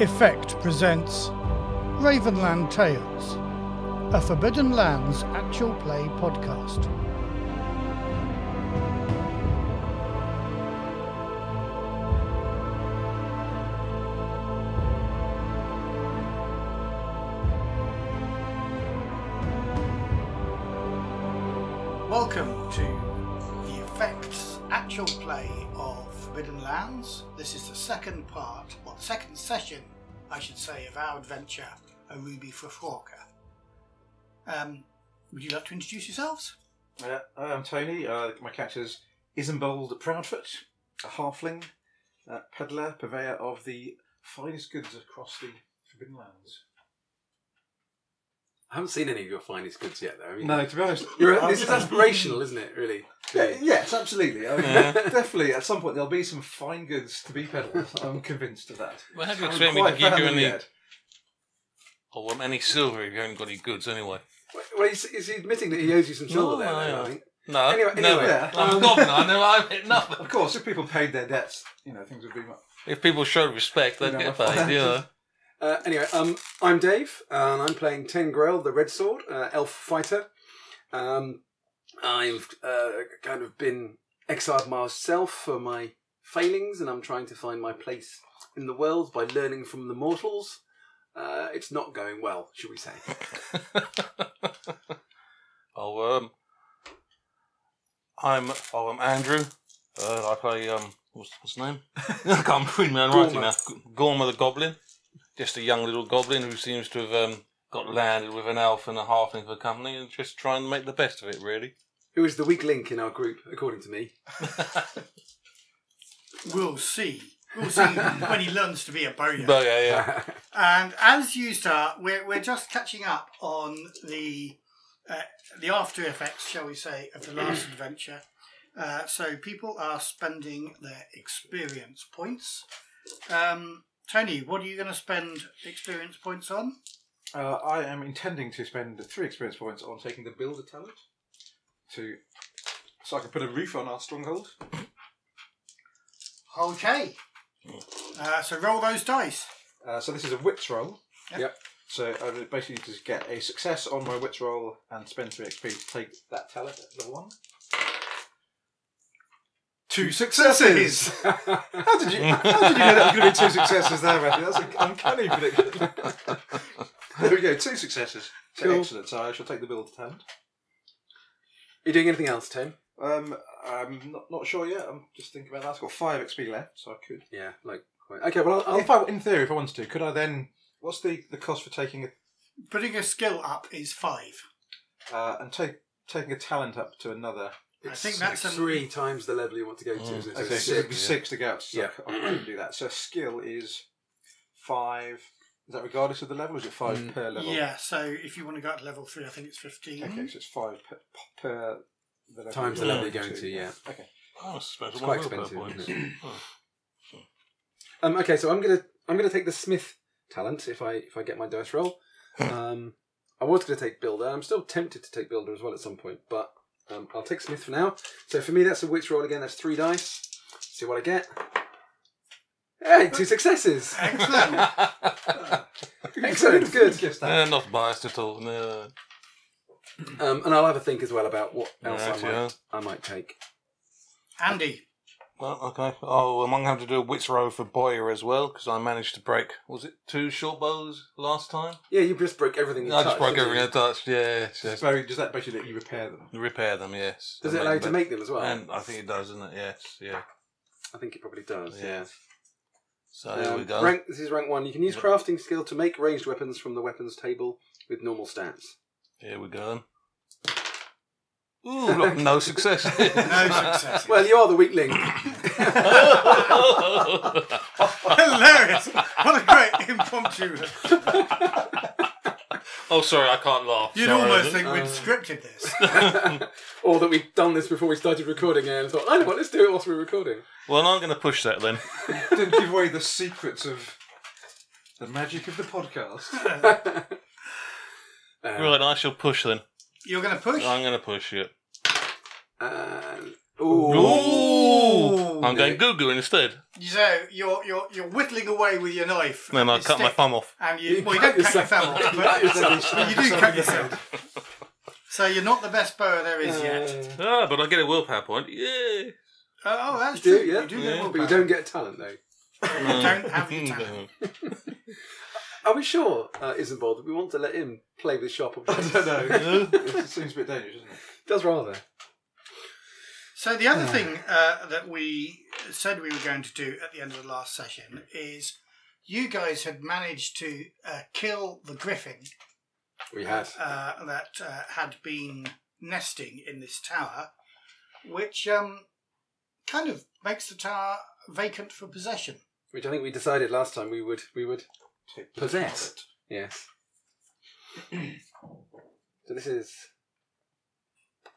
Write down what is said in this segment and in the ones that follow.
Effect presents Ravenland Tales, a Forbidden Lands actual play podcast. Welcome to the Effects actual play of Forbidden Lands. This is the second part, or the second session, I should say, of our adventure, A Ruby for a Forker. Um, would you like to introduce yourselves? Uh, I'm Tony. Uh, my character's Isambold Proudfoot, a halfling, uh, peddler, purveyor of the finest goods across the Forbidden Lands. I haven't seen any of your finest goods yet, though. have you? No, to be honest, You're, I'm- this is aspirational, isn't it? Really. Yeah, yes, absolutely. I mean, definitely, at some point there'll be some fine goods to be peddled. I'm convinced of that. Well, how do you I'm expect me to quite give you firmly any- yet. I want Oh, any silver if you haven't got any goods anyway. Well, he's, he's admitting that he owes you some silver there, No, no, though, no. I think. No, Anyway, no, anyway, yeah. I'm a governor. I know I've hit nothing. Of course, if people paid their debts, you know, things would be much. If people showed respect, they'd You know, get my paid. Yeah. Uh, anyway, um, I'm Dave, and I'm playing Ten Grell, the Red Sword, uh, elf fighter. Um, I've uh, kind of been exiled myself for my failings, and I'm trying to find my place in the world by learning from the mortals. Uh, it's not going well, should we say? oh, um, I'm oh, I'm Andrew. Uh, I play um, what's, what's his name? I can't read my own writing now. Gorma the Goblin, just a young little goblin who seems to have um, got landed with an elf and a halfling for company, and just trying to make the best of it. Really. Who is the weak link in our group, according to me? We'll see. We'll see when he learns to be a bowyer. But yeah, yeah. And as you start, we're, we're just catching up on the uh, the after effects, shall we say, of the last adventure. Uh, so people are spending their experience points. Um, Tony, what are you going to spend experience points on? Uh, I am intending to spend three experience points on taking the builder talent to, so I can put a roof on our stronghold. Okay. Uh, so roll those dice. Uh, so this is a wits roll. Yep. Yep. So I would basically just get a success on my wits roll and spend three XP to take that talent at level one. Two successes. how did you? How did you know that was going to be two successes there, Matthew? That's an uncanny prediction. there we go. Two successes. So Cool. Excellent. So I shall take the builder talent. you doing anything else, Tim? Um, I'm not, not sure yet. I'm just thinking about that. I've got five XP left, so I could. Yeah, like quite- okay. Well, I'll, I'll If I, in theory, if I wanted to, could I then? What's the, the cost for taking a Putting a skill up is five. uh, and take taking a talent up to another. I it's think that's like an- three times the level you want to go to. Mm. isn't it? So Okay, it's so it'd be six. six to go. Up, so Yeah. I couldn't do that. So skill is five. Is that regardless of the level? Is it five Mm. per level? Yeah, so if you want to go up to level three, I think it's 15. Okay, so it's five per, per the level. times the you're level you're going going to. Yeah. Okay. Oh, that's special. It's One quite will per expensive, point. isn't Oh. Um. Okay. So I'm gonna I'm gonna take the Smith talent if I if I get my dice roll. Um. I was gonna take Builder. I'm still tempted to take Builder as well at some point, but um, I'll take Smith for now. So for me, that's a witch roll again. That's three dice. See what I get. Hey, two successes. Excellent. Excellent. Good. Just that. Yeah, not biased at all. No. Um. And I'll have a think as well about what else Right, I might yeah. I might take. Andy. Well, okay. Oh, am I going to have to do a wits row for Boyer as well? Because I managed to break, was it two short bows last time? Yeah, you just broke everything. You I touched, just broke didn't everything you? I touched, yes. yes. So does that basically let you repair them? Repair them, yes. Does And it allow you to them make them as well? better. And I think it does, doesn't it? Yes, yeah. I think it probably does. Yeah. So Um, there we go. Rank, this is rank one. You can use Yeah. crafting skill to make ranged weapons from the weapons table with normal stats. Here we go. Ooh, look, no success. No success. Well, you are the weak link. Hilarious! What a great impromptu. oh, sorry, I can't laugh. You'd Sorry. almost think we'd scripted this. or that we've done this before we started recording and thought, I know what, let's do it whilst we're recording. Well, I'm going to push that then. Didn't give away the secrets of the magic of the podcast. Um, Right, I shall push then. You're going to push? I'm going to push it. and- uh, ooh. Ooh. Ooh. I'm going goo goo instead. So you're you're you're whittling away with your knife. And then I your cut my stick, thumb off. And you, You well, you cut don't cut your yourself. thumb off, but You cut you do cut yourself. So you're not the best bower there is yet. Uh, Ah, but I get a willpower point. Yeah. Oh, oh, that's do, true. yeah. You do Yeah. get more but you power. don't get talent though. You don't have the talent. Mm. Are we sure, uh, Isambard, that we want to let him play with sharp objects? know. it seems a bit dangerous, doesn't it? Does rather. So the other thing uh, that we said we were going to do at the end of the last session is you guys had managed to uh, kill the griffin We had. uh, that uh, had been nesting in this tower, which um, kind of makes the tower vacant for possession. Which I think we decided last time we would we would Take possess. Yes. so this is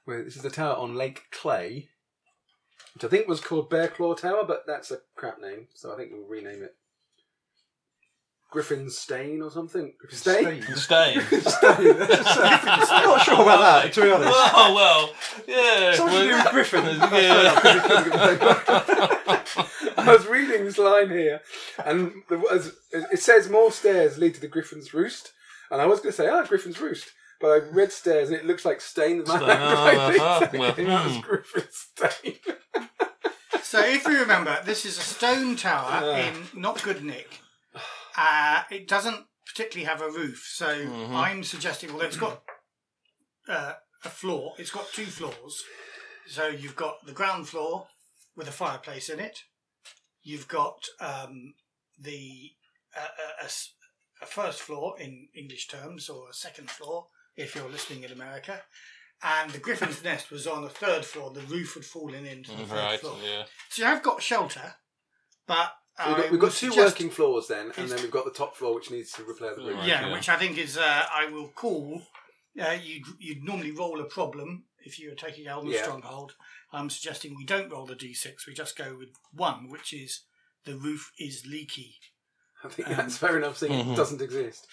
well, this is the tower on Lake Clay, which I think was called Bear Claw Tower, but that's a crap name, so I think we'll rename it Griffin's Stain or something. Griffin's Stain. Stay. I'm not sure about that, to be honest. oh well. Yeah. Something to do well, with Griffin. Yeah. I was reading this line here, and there was, it says more stairs lead to the Griffin's Roost, and I was going to say, ah, Griffin's Roost, but I read stairs and it looks like stain. in my handwriting, Stain, ah, so ah, well, it was hmm. Griffin's stain. So if you remember, this is a stone tower in Not Good Nick. Uh, it doesn't particularly have a roof, so Mhm. I'm suggesting, although it's got uh, a floor, it's got two floors. So you've got the ground floor with a fireplace in it. You've got um, the uh, a- a, s- a first floor in English terms, or a second floor if you're listening in America. And the Griffin's Nest was on a third floor. The roof had fallen into the third right. floor. Yeah. So I've got shelter, but Uh, uh, We've I got, we've got would two suggest- working floors then, and It's- then we've got the top floor which needs to repair the roof. Right, yeah, yeah. which I think is uh, I will call. Uh, you'd you'd normally roll a problem if you were taking Elden Yeah. Stronghold. I'm suggesting we don't roll the d6. We just go with one, which is the roof is leaky. I think that's fair enough, seeing Mhm. it doesn't exist.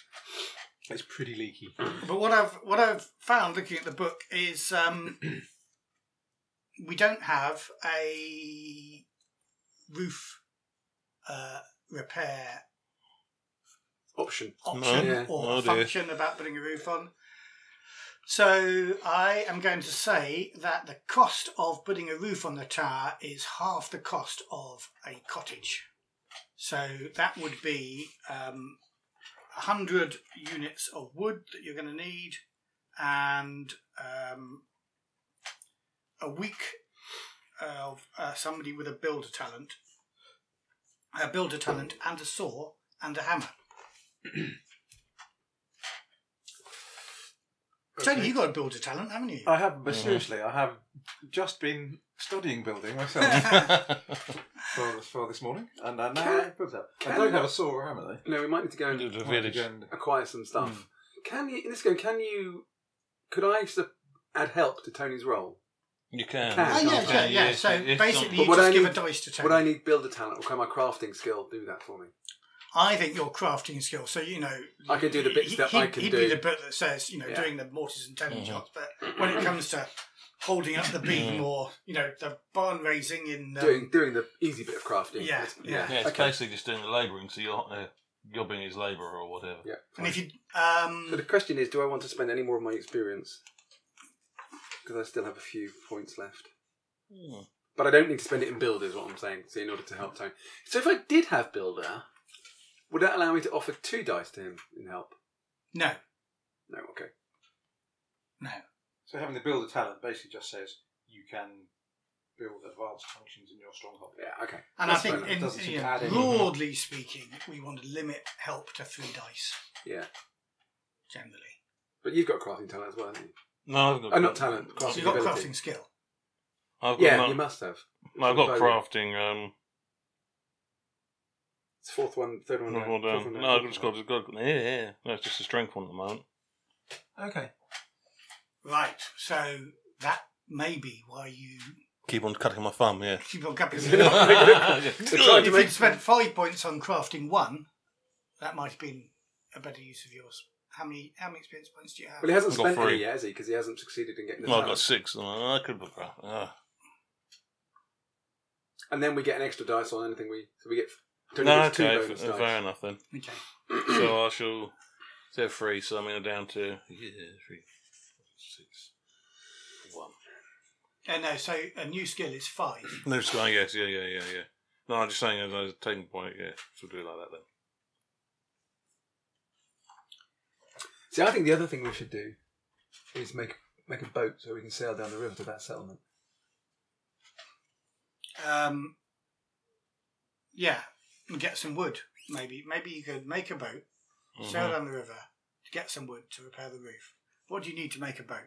It's pretty leaky. But what I've what I've found looking at the book is um, we don't have a roof uh, repair Option. option No. Yeah. or Oh, dear. function about putting a roof on. So I am going to say that the cost of putting a roof on the tower is half the cost of a cottage. So that would be um, 100 units of wood that you're going to need and um, a week of uh, somebody with a builder talent, a builder talent and a saw and a hammer. Tony, you got a builder talent, haven't you? I have, but seriously, I have just been studying building myself for, this- for this morning, and I now Can- built up. I can- don't have a saw or hammer though. No, we might need to go and Do the I might have to village. go and- acquire some Hmm. stuff. Can you in this game? Can you? Could I sup- add help to Tony's role? You can. Can. Oh, It's yeah, not yeah, Okay, yeah. yes, So it- it's basically, not- you But what just I give a need- dice to Tony. Would I I, need builder talent, or can my crafting skill do that for me? think your crafting skill. So you know, I can do the bits he- that he'd- I can he'd do. the bit that says you know Yeah. doing the mortars and tenon Mhm. jobs, but when it comes to holding up the beam or you know the barn raising in um, doing doing the easy bit of crafting. Yeah, yeah. Yeah, it's okay. basically just doing the labouring, so you're uh, you're being his labourer or whatever. Yeah. and if you So the um, question is, do I want to spend any more of my experience? Because I still have a few points left, Hmm. but I don't need to spend it in builder. Is what I'm saying. So in order to help Tony. So if I did have builder, would that allow me to offer two dice to him in help? no, No. Okay. no, So having the builder talent basically just says you can build advanced functions in your stronghold. Yeah. Okay. and That's I fine. think It in, doesn't seem you to know, add any- broadly speaking, we want to limit help to three dice Yeah. generally. But you've got crafting talent as well, haven't you? No, I've got. Oh, not talent. Crafting So you've got ability. crafting skill. I've got Yeah, no- you must have. I've got Both. crafting. Um, It's fourth one, third one. another down, one fourth down. one No, I've fourth just one got, just got. Yeah, yeah. No, it's just a strength one at the moment. Okay. Right. So that may be why you Keep on cutting my thumb. Yeah. keep on cutting. trying if you'd spent five points on crafting one, that might have been a better use of yours. How many how many experience points do you have? Well, he hasn't I've got spent any three. yet, has he? Because he hasn't succeeded in getting the No, I've talent. got six. and I could be crafting. and then we get an extra dice on anything we. So we get. Tony No, gets two okay, bonus f- uh, dice. fair enough then. Okay. so I shall. They're three, so I'm going down to yeah, three, six, one. Uh, no, so a new skill is five. No sky, yes, yeah, yeah, yeah, yeah. No, I'm just saying as I was taking point, yeah, so do it like that then. See, I think the other thing we should do is make make a boat so we can sail down the river to that settlement. Um, yeah, and get some wood. Maybe, maybe you could make a boat, Mm-hmm. sail down the river to get some wood to repair the roof. What do you need to make a boat?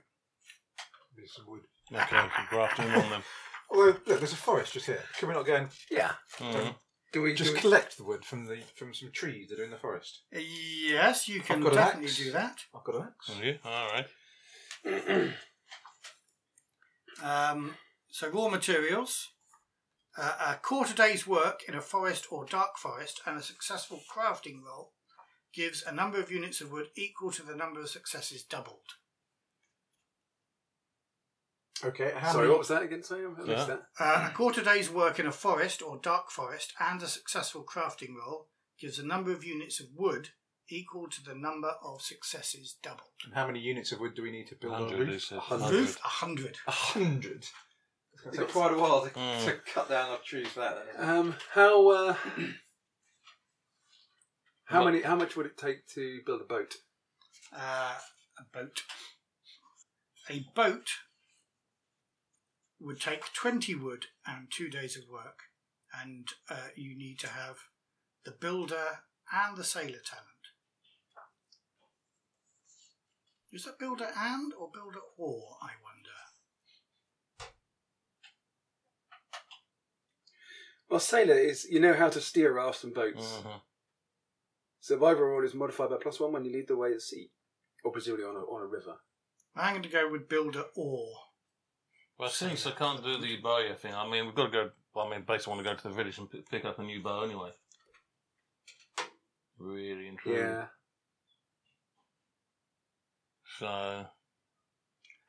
There's some wood. Mhm. Okay, I can graft in on them. Although, look, there's a forest just here. Can we not go and Yeah. Mhm. Do we just do we- collect the wood from the from some trees that are in the forest? Uh, Yes, you can got an definitely axe. do that. I've got an axe. Have you? All right. Um, so raw materials, uh, a quarter day's work in a forest or dark forest, and a successful crafting roll gives a number of units of wood equal to the number of successes doubled. Mm-hmm. Okay. How Sorry, many- what was that again? Sorry, I missed Yeah. that. Uh, a quarter day's work in a forest or dark forest and a successful crafting roll gives a number of units of wood equal to the number of successes doubled. And how many units of wood do we need to build a 100, they roof? said. A A Hundred. hundred. Roof, a hundred. A hundred. It's going to take quite a while to, Mm. to cut down enough trees for that. then. Um, how uh, how What? many? How much would it take to build a boat? Uh, a boat. A boat would take 20 wood and two days of work, and uh, you need to have the builder and the sailor talent. Is that builder and or builder or, I wonder? Well, sailor is you know how to steer rafts and boats. Mhm. Survivor roll is modified by plus one when you lead the way at sea, or presumably on a on a river. I'm going to go with builder or. Well, since I can't do the bow thing, I mean, we've got to go. Well, I mean, basically, I want to go to the village and p- pick up a new bow anyway. Really intriguing. Yeah, So,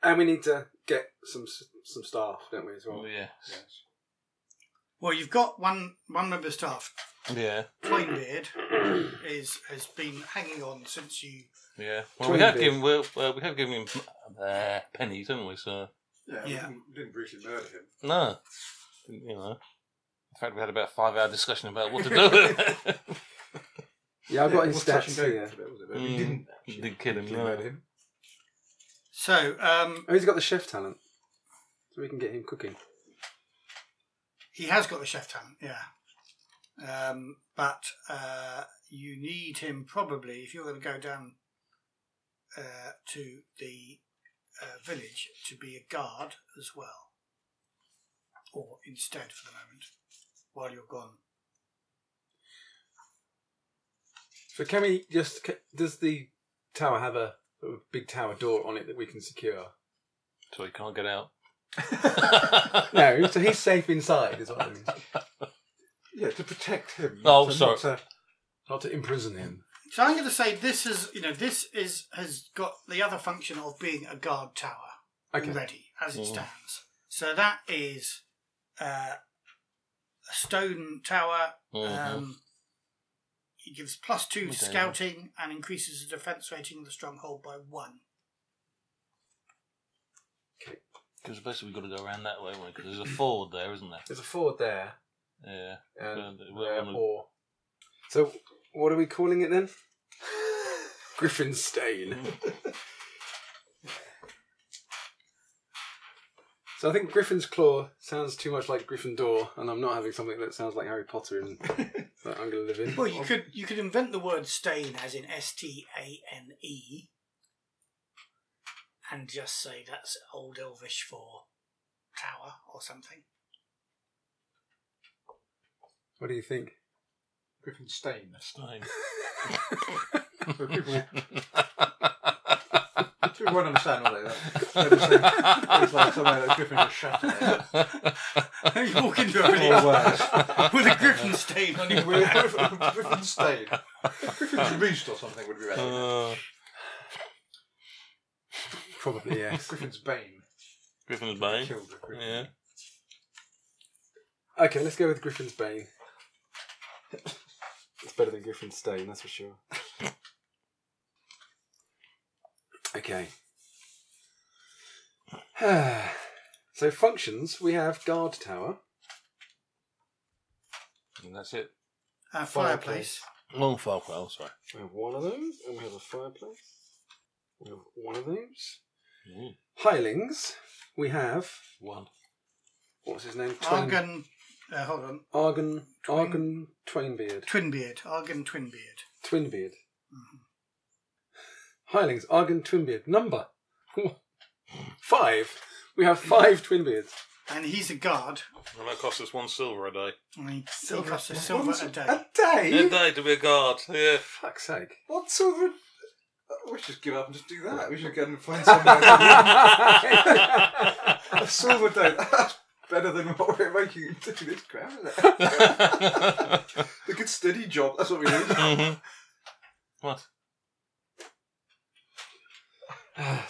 and we need to get some s- some staff, don't we as well? yes. Well, you've got one one member of staff. Yeah. Twinebeard is has been hanging on since you. Yeah. Well, we Twenty have bits. given well, uh, we have given him uh, pennies, haven't we? So Yeah. Yeah. We didn't- didn't brutally murder him. no, you know. In fact, we had about a five-hour discussion about what to do. Yeah, I've got it his was touch and stats go here. for a bit, wasn't it? But We Mm. didn't actually Didn't kill him, brutally no. murder him. So um, Oh, he's got the chef talent, so we can get him cooking. he has got the chef talent, yeah. Um, but uh, you need him probably if you're going to go down uh, to the uh, village to be a guard as well, or instead for the moment while you're gone. So can we just? ca- Does the tower have a sort of big tower door on it that we can secure? so he can't get out. Mm-hmm. No, so he's safe inside, is what I mean. Yeah, to protect him. Oh, So not sorry. to- Not to imprison him. So I'm going to say this is, you know, this is has got the other function of being a guard tower Okay. already as it Mhm. stands. So that is uh, a stone tower. Mhm. Um, it gives plus two to Okay. scouting and increases the defense rating of the stronghold by one. Because basically we've got to go around that way, because there's a ford there, isn't there? There's a ford there, Yeah. and Yeah, we're there on a- or. So, what are we calling it then? Griffin's Stain. so I think Griffin's Claw sounds too much like Gryffindor, and I'm not having something that sounds like Harry Potter in, that I'm going to live in. Well, Oh. you could you could invent the word stain as in S T A N E, and just say that's Old Elvish for tower or something. What do you think? Griffin Stain. Stein. So people people won't understand what they are. They'll just say, It's like somewhere that Griffin was shot at. you walk into a village Or worse. with a griffin stain on your We're back. Griffin, Griffin Stain. Griffin's Roost or something would be better. Uh, Probably yes. Griffin's Bane. Griffin's Bane. Killed the Griffin. Yeah. Okay, let's go with Griffin's Bane. It's better than Griffin's Stain, that's for sure. Okay. so functions we have guard tower. And that's it. Uh, fireplace. Long far well, sorry. We have one of those, and we have a fireplace. We have one of those. Mm. Hirelings. We have One. what's his name? Argan. Uh, hold on. Argon. Argon. Twainbeard. Twinbeard. Argan Twinbeard. Twinbeard. Mm-hmm. Hirelings. Argon. Twinbeard. Number five. We have five Twinbeards. And he's a guard. Well, that costs us one silver a day. And he, he costs a silver a day. A day? A day to be a guard. Yeah. Fuck's sake. What sort of. Uh, We should just give up and just do that. We should go and find somewhere. a silver day. That's better than what we're making you do this crap, isn't it? A good steady job. That's what we need. hmm What?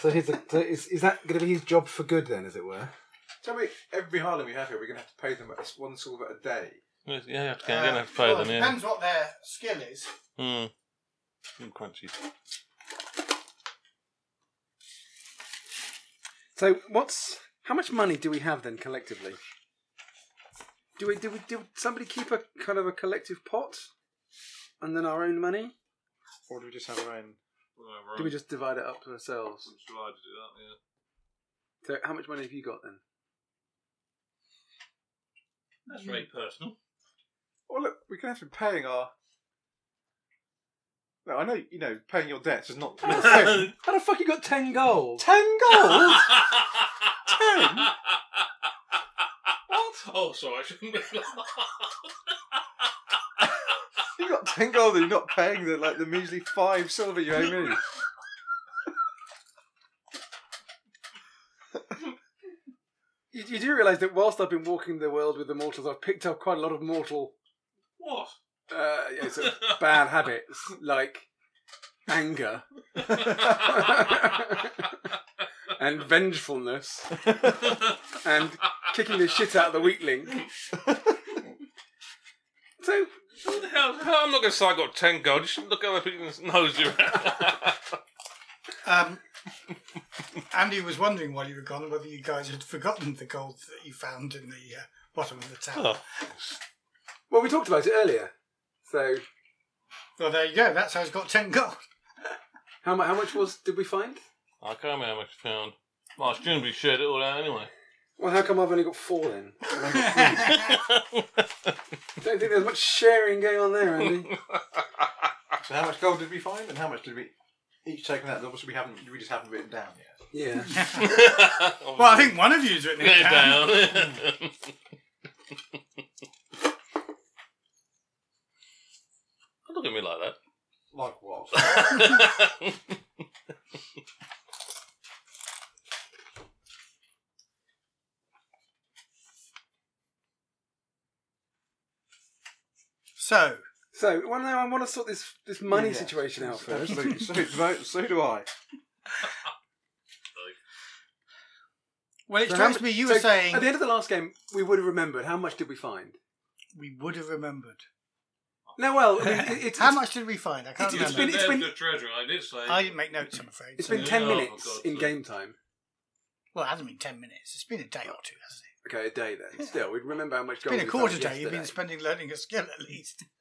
so here's a, so is, is that going to be his job for good then, as it were? Tell me, every Harlem we have here, we're going to have to pay them at least one silver a day. Yeah, you have to, you're gonna have to pay Uh, well, them, it yeah. Depends what their skill is. Mm. Mm, crunchy. So what's how much money do we have then collectively? Do we do we do somebody keep a kind of a collective pot, and then our own money? Or do we just have our own? Do we just divide it up to ourselves? So yeah. how much money have you got then? That's very personal. Well, look, we're going to have to be paying our. No, I know, you know, paying your debts is not. not fair. How the fuck you got ten gold? Ten gold? Ten? Oh, sorry, I shouldn't be You got ten gold and you're not paying the like the measly five silver you owe me. You, you do realise that whilst I've been walking the world with the mortals, I've picked up quite a lot of mortal What? uh, yeah, sort of bad habits like anger and vengefulness and kicking the shit out of the weakling. so What the hell? I'm not going to say I got 10 gold. You shouldn't look at other people's nose you Um, Andy was wondering while you were gone whether you guys had forgotten the gold that you found in the uh, bottom of the tower. Oh. Well, we talked about it earlier. So, Well, there you go. That's how he's got 10 gold. how, mu- how much was did we find? I can't remember how much I found. Well, I shouldn't be shared it all out anyway. Well, how come I've only got four then? Don't think there's much sharing going on there, Andy. So how much gold did we find, and how much did we each take from that? Obviously, we haven't. We just haven't written down yet. Yeah. Well, I think one of you's written it They're down. down. Don't look at me like that. Like what? So, So, well, now I want to sort this this money Yeah. situation out first. Absolutely. So, so, so do I. well, it So how strikes mu- me you so were saying at the end of the last game, we would have remembered how much did we find. we would have remembered. No, well, I mean, it- it's, How much did we find? I can't It's- it's remember. been- it's been- treasure. I did say. I didn't make notes, I'm afraid. it's so- been ten Oh, minutes for God's in sake. game time. Well, it hasn't been 10 minutes. It's been a day or two, hasn't it? Okay, a day then. Still, we'd remember how much It's gold. been a we quarter found day. You've been yesterday. spending learning a skill at least.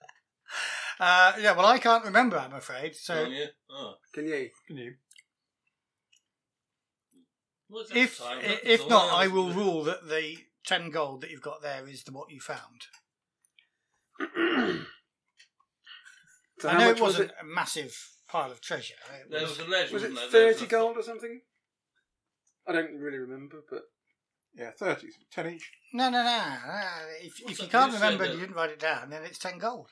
Uh, yeah, well, I can't remember, I'm afraid. Oh, So yeah. Oh. Can you? Can you? Well, it's if time, i- that's if all not, I will understood. rule that the 10 gold that you've got there is the, what you found. So I how know much it was wasn't it? a massive pile of treasure. It There was- was a legend. Was it wasn't there? There was thirty a- gold or something? I don't really remember, but Yeah, thirty, ten each. No, no, no. no. If, if What's you that? can't You said remember and that- you didn't write it down, then it's 10 gold.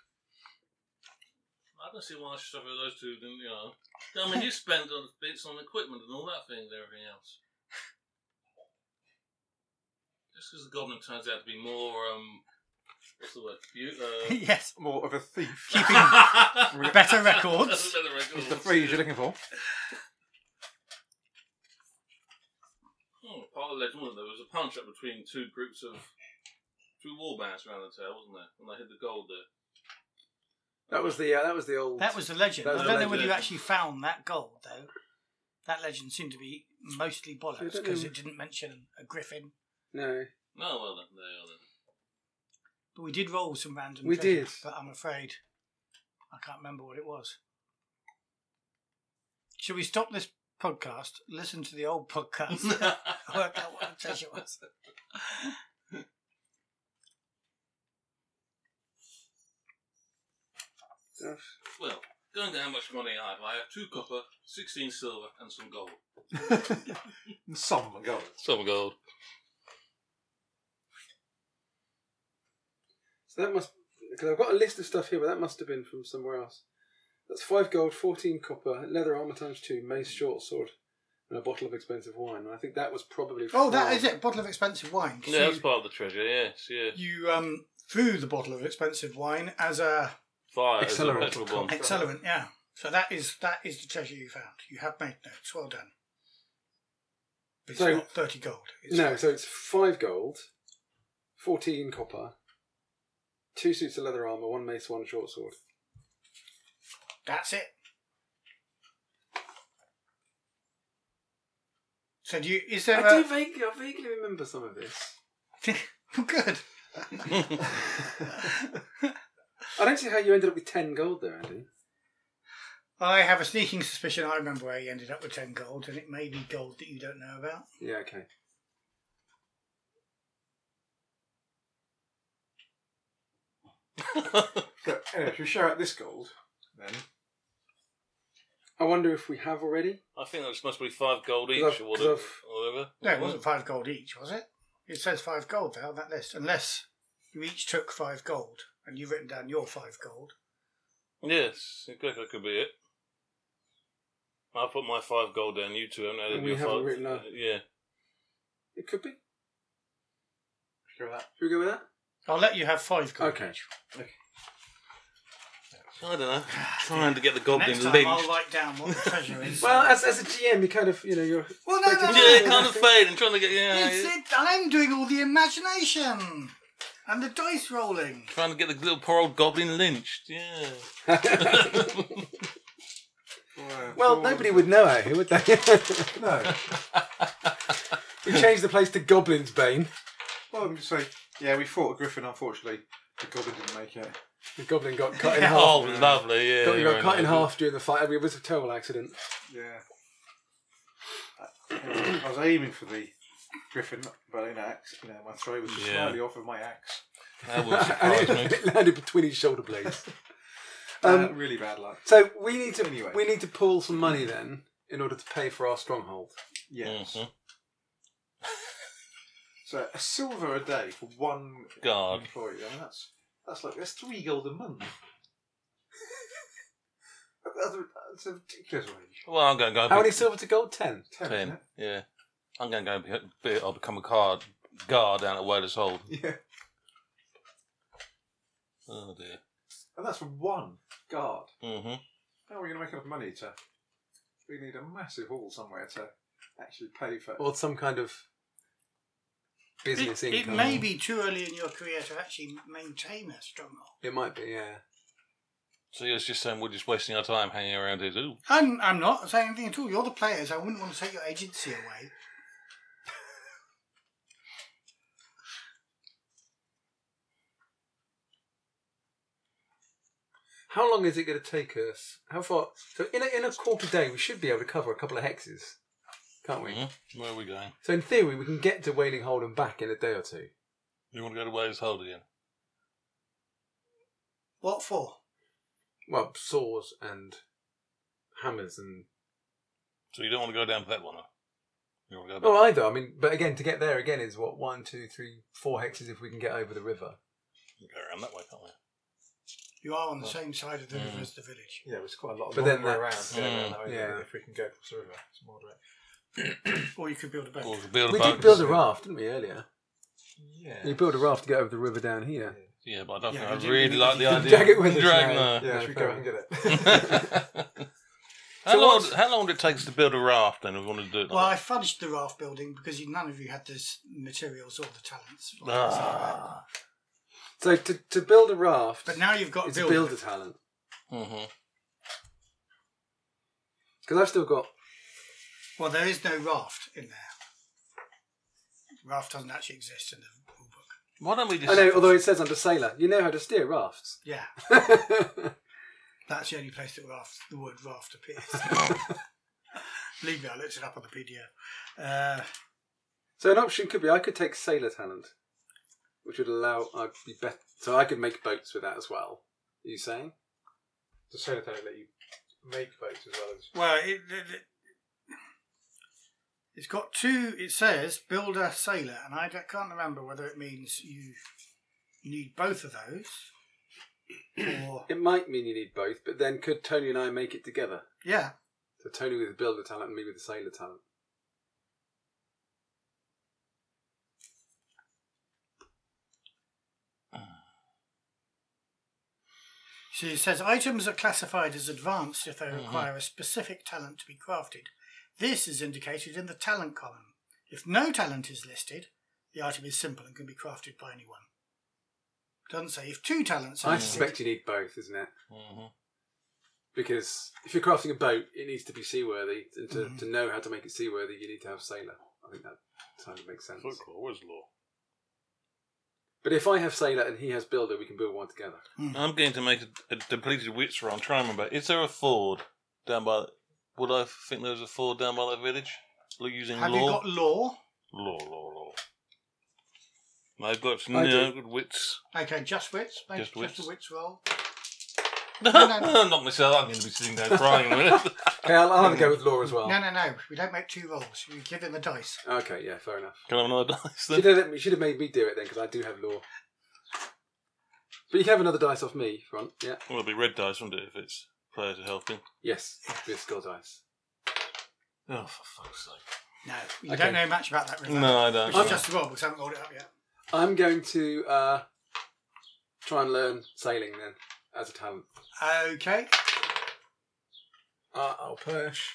I don't see why I should suffer those two. Didn't you know? I mean, you spent on bits on equipment and all that thing and everything else. Just because the goblin turns out to be more um, what's the word? Beaut- uh, yes. More of a thief. Keeping better records. Better Is records. the phrase you're looking for? Hmm, part of the legend was there was a punch up between two groups of two war bands around the tail, wasn't there? When they hid the gold there. That was the uh, that was the old. That was the legend. That was I the don't know whether legend. you actually found that gold though. That legend seemed to be mostly bollocks don't because know. it didn't mention a griffin. no. No, well, then, there you are then. But we did roll some random. We treasure, did. but I'm afraid I can't remember what it was. Shall we stop this podcast? Listen to the old podcast. work out what the treasure was. Well, going to how much money I have. I have two copper, 16 silver, and some gold. Some gold. Some gold. So that must because I've got a list of stuff here, but that must have been from somewhere else. That's five gold, fourteen copper, leather armor times two, mace short sword, and a bottle of expensive wine. I think that was probably. Oh, that from- is it. Bottle of expensive wine. 'Cause Yeah, that's you- part of the treasure, yes, yeah. you um, threw the bottle of expensive wine as a Fire is a Accelerant. petrol bomb. accelerant. Yeah. So that is that is the treasure you found. You have made notes. Well done. But it's So- not thirty gold. It's No, so it's five gold, fourteen copper, two suits of leather armor, one mace, one short sword. That's it. So do you? Is there I a do vaguely, I vaguely remember some of this. good? I don't see how you ended up with ten gold there, Andy. I have a sneaking suspicion. I remember where you ended up with ten gold, and it may be gold that you don't know about. Yeah, okay. So, anyway, should we share out this gold then? I wonder if we have already. I think that's must be five gold each, I've- or 'cause whatever. I've- or whatever. No, it wasn't five gold each, was it? It says five gold there on that list, unless you each took five gold and you've written down your five gold. Yes, I think that could be it. I put my five gold down. You two haven't added And we your haven't five. written our- yeah. It could be. Share that. Should we go with that? I'll let you have five gold. Okay. each. I don't know. Trying to get the goblin Next time lynched. uh, I'll write down what the treasure is. Well, as, as a GM, you kind of, you know, you're. Well, no, no, no, Yeah, kind of fading, trying to get yeah, It's it. I'm doing all the imagination and the dice rolling. trying to get the little poor old goblin lynched. Yeah. Well, nobody would know it, would they? No. we changed the place to Goblin's Bane. Well, I'm just saying, yeah, we fought a griffin, unfortunately. The goblin didn't make it. The goblin got cut in half. Oh, lovely. Yeah. Goblin got very cut in nice. half during the fight. I mean, it was a terrible accident. Yeah. Uh, I was aiming for the griffin, but an axe. You know, my throw was just Yeah. slightly off of my axe. That wouldn't And surprise it, me. it landed between his shoulder blades. uh, Um, really bad luck. so we need to Anyway. we need to pull some money then in order to pay for our stronghold. Yes. Mhm. So a silver a day for one God. employee. I mean, that's that's like that's three gold a month. that's, a, that's a ridiculous wage. Well, I'm going to go. How be- many silver to gold? Ten. Ten. Ten. isn't Yeah. I'm going to go. Be, be, I'll become a card guard down at Whalers Hold. it? Yeah. Oh dear. And that's for one guard. Mm-hmm. How are we going to make enough money to? We need a massive hall somewhere to actually pay for. Or some kind of business It, it income. may be too early in your career to actually maintain a stronghold. It might be, yeah. So you're just saying we're just wasting our time hanging around here. Ooh. I'm, I'm not saying anything at all. You're the players. I wouldn't want to take your agency away. How long is it going to take us? How far? So in a, in a quarter day, we should be able to cover a couple of hexes, Mm-hmm. can't we? Mhm. Where are we going? So in theory, we can get to Wailing Hold and back in a day or two. You want to go to Whalers Hold again? What for? Well, saws and hammers and So you don't want to go down for that one? Huh? You want to go back? oh, either. I mean, but again, to get there again is what one, two, three, four hexes if we can get over the river. We can go around that way, can't we? You are on the same side of the river Mm. as the village. Yeah, it's quite a lot of But but then then way around. that's- Yeah, Mm. that way, Yeah. If we can go across the river, it's more direct. Or you could build a boat. Or we could build a We boat. did build a raft, didn't we earlier? Yeah. We built a raft to get over the river down here. Yeah, but I don't Yeah, you think I didn't really really- like the you didn't idea. drag it with us, Drag- no. Yeah, No, should we fair go out and get it? no. how, So long, what's- how long would it take us to build a raft then if we wanted to do it? Well, I Like fudged the raft building because you, none of you had the s- materials or the talents. that? Ah. So to, to build a raft, But now you've got it's to a build. builder talent. hmm Because I've still got. Well, there is no raft in there. Raft doesn't actually exist in the rule book. Why don't we just? I know, although it says under sailor, you know how to steer rafts. Yeah, that's the only place that raft, the word raft appears. Believe me, I looked it up on the PDF. Uh, so an option could be I could take sailor talent, which would allow I'd be better. So I could make boats with that as well. Are you saying? The solar tank let you make boats as well as. well, it, it, it- it's got two. It says builder sailor, and I don't- can't remember whether it means you need both of those, or It might mean you need both, but then could Tony and I make it together? yeah, So Tony with the builder talent and me with the sailor talent. So it says items are classified as advanced if they require a specific talent to be crafted. This is indicated in the talent column. If no talent is listed, the item is simple and can be crafted by anyone. Doesn't say if two talents are I listed. suspect you need both, isn't it? hmm Because if you're crafting a boat, it needs to be seaworthy, and to, to know how to make it seaworthy, you need to have sailor. I think that kind of makes sense. was law. But if I have sailor and he has builder, we can build one together. I'm going to make a, a depleted witch roll. I'm trying to remember. Is there a ford down by? Would I think there's a ford down by that village? Look, using Have you law, got law? law, law, law. I've got I do. no good wits. Okay, just wits. Make Just just, wits. a wits roll. No, no. Not myself. I'm going to be sitting there crying. a minute. Okay, I'll, I'll have a go with law as well. No, no, no. We don't make two rolls. We give him a dice. Okay, yeah, fair enough. Can I have another dice Should then? have, let me- should have made me do it then, because I do have law. But you can have another dice off me, front. Yeah. Well, it'll be red dice, wouldn't it, if it's player to help him? Yes, with skill dice. Oh, for fuck's sake. No, you Okay. don't know much about that river. No, I Which don't. is just a roll because I haven't rolled it up yet. I'm going to uh, try and learn sailing then as a talent. Okay. Uh, I'll push.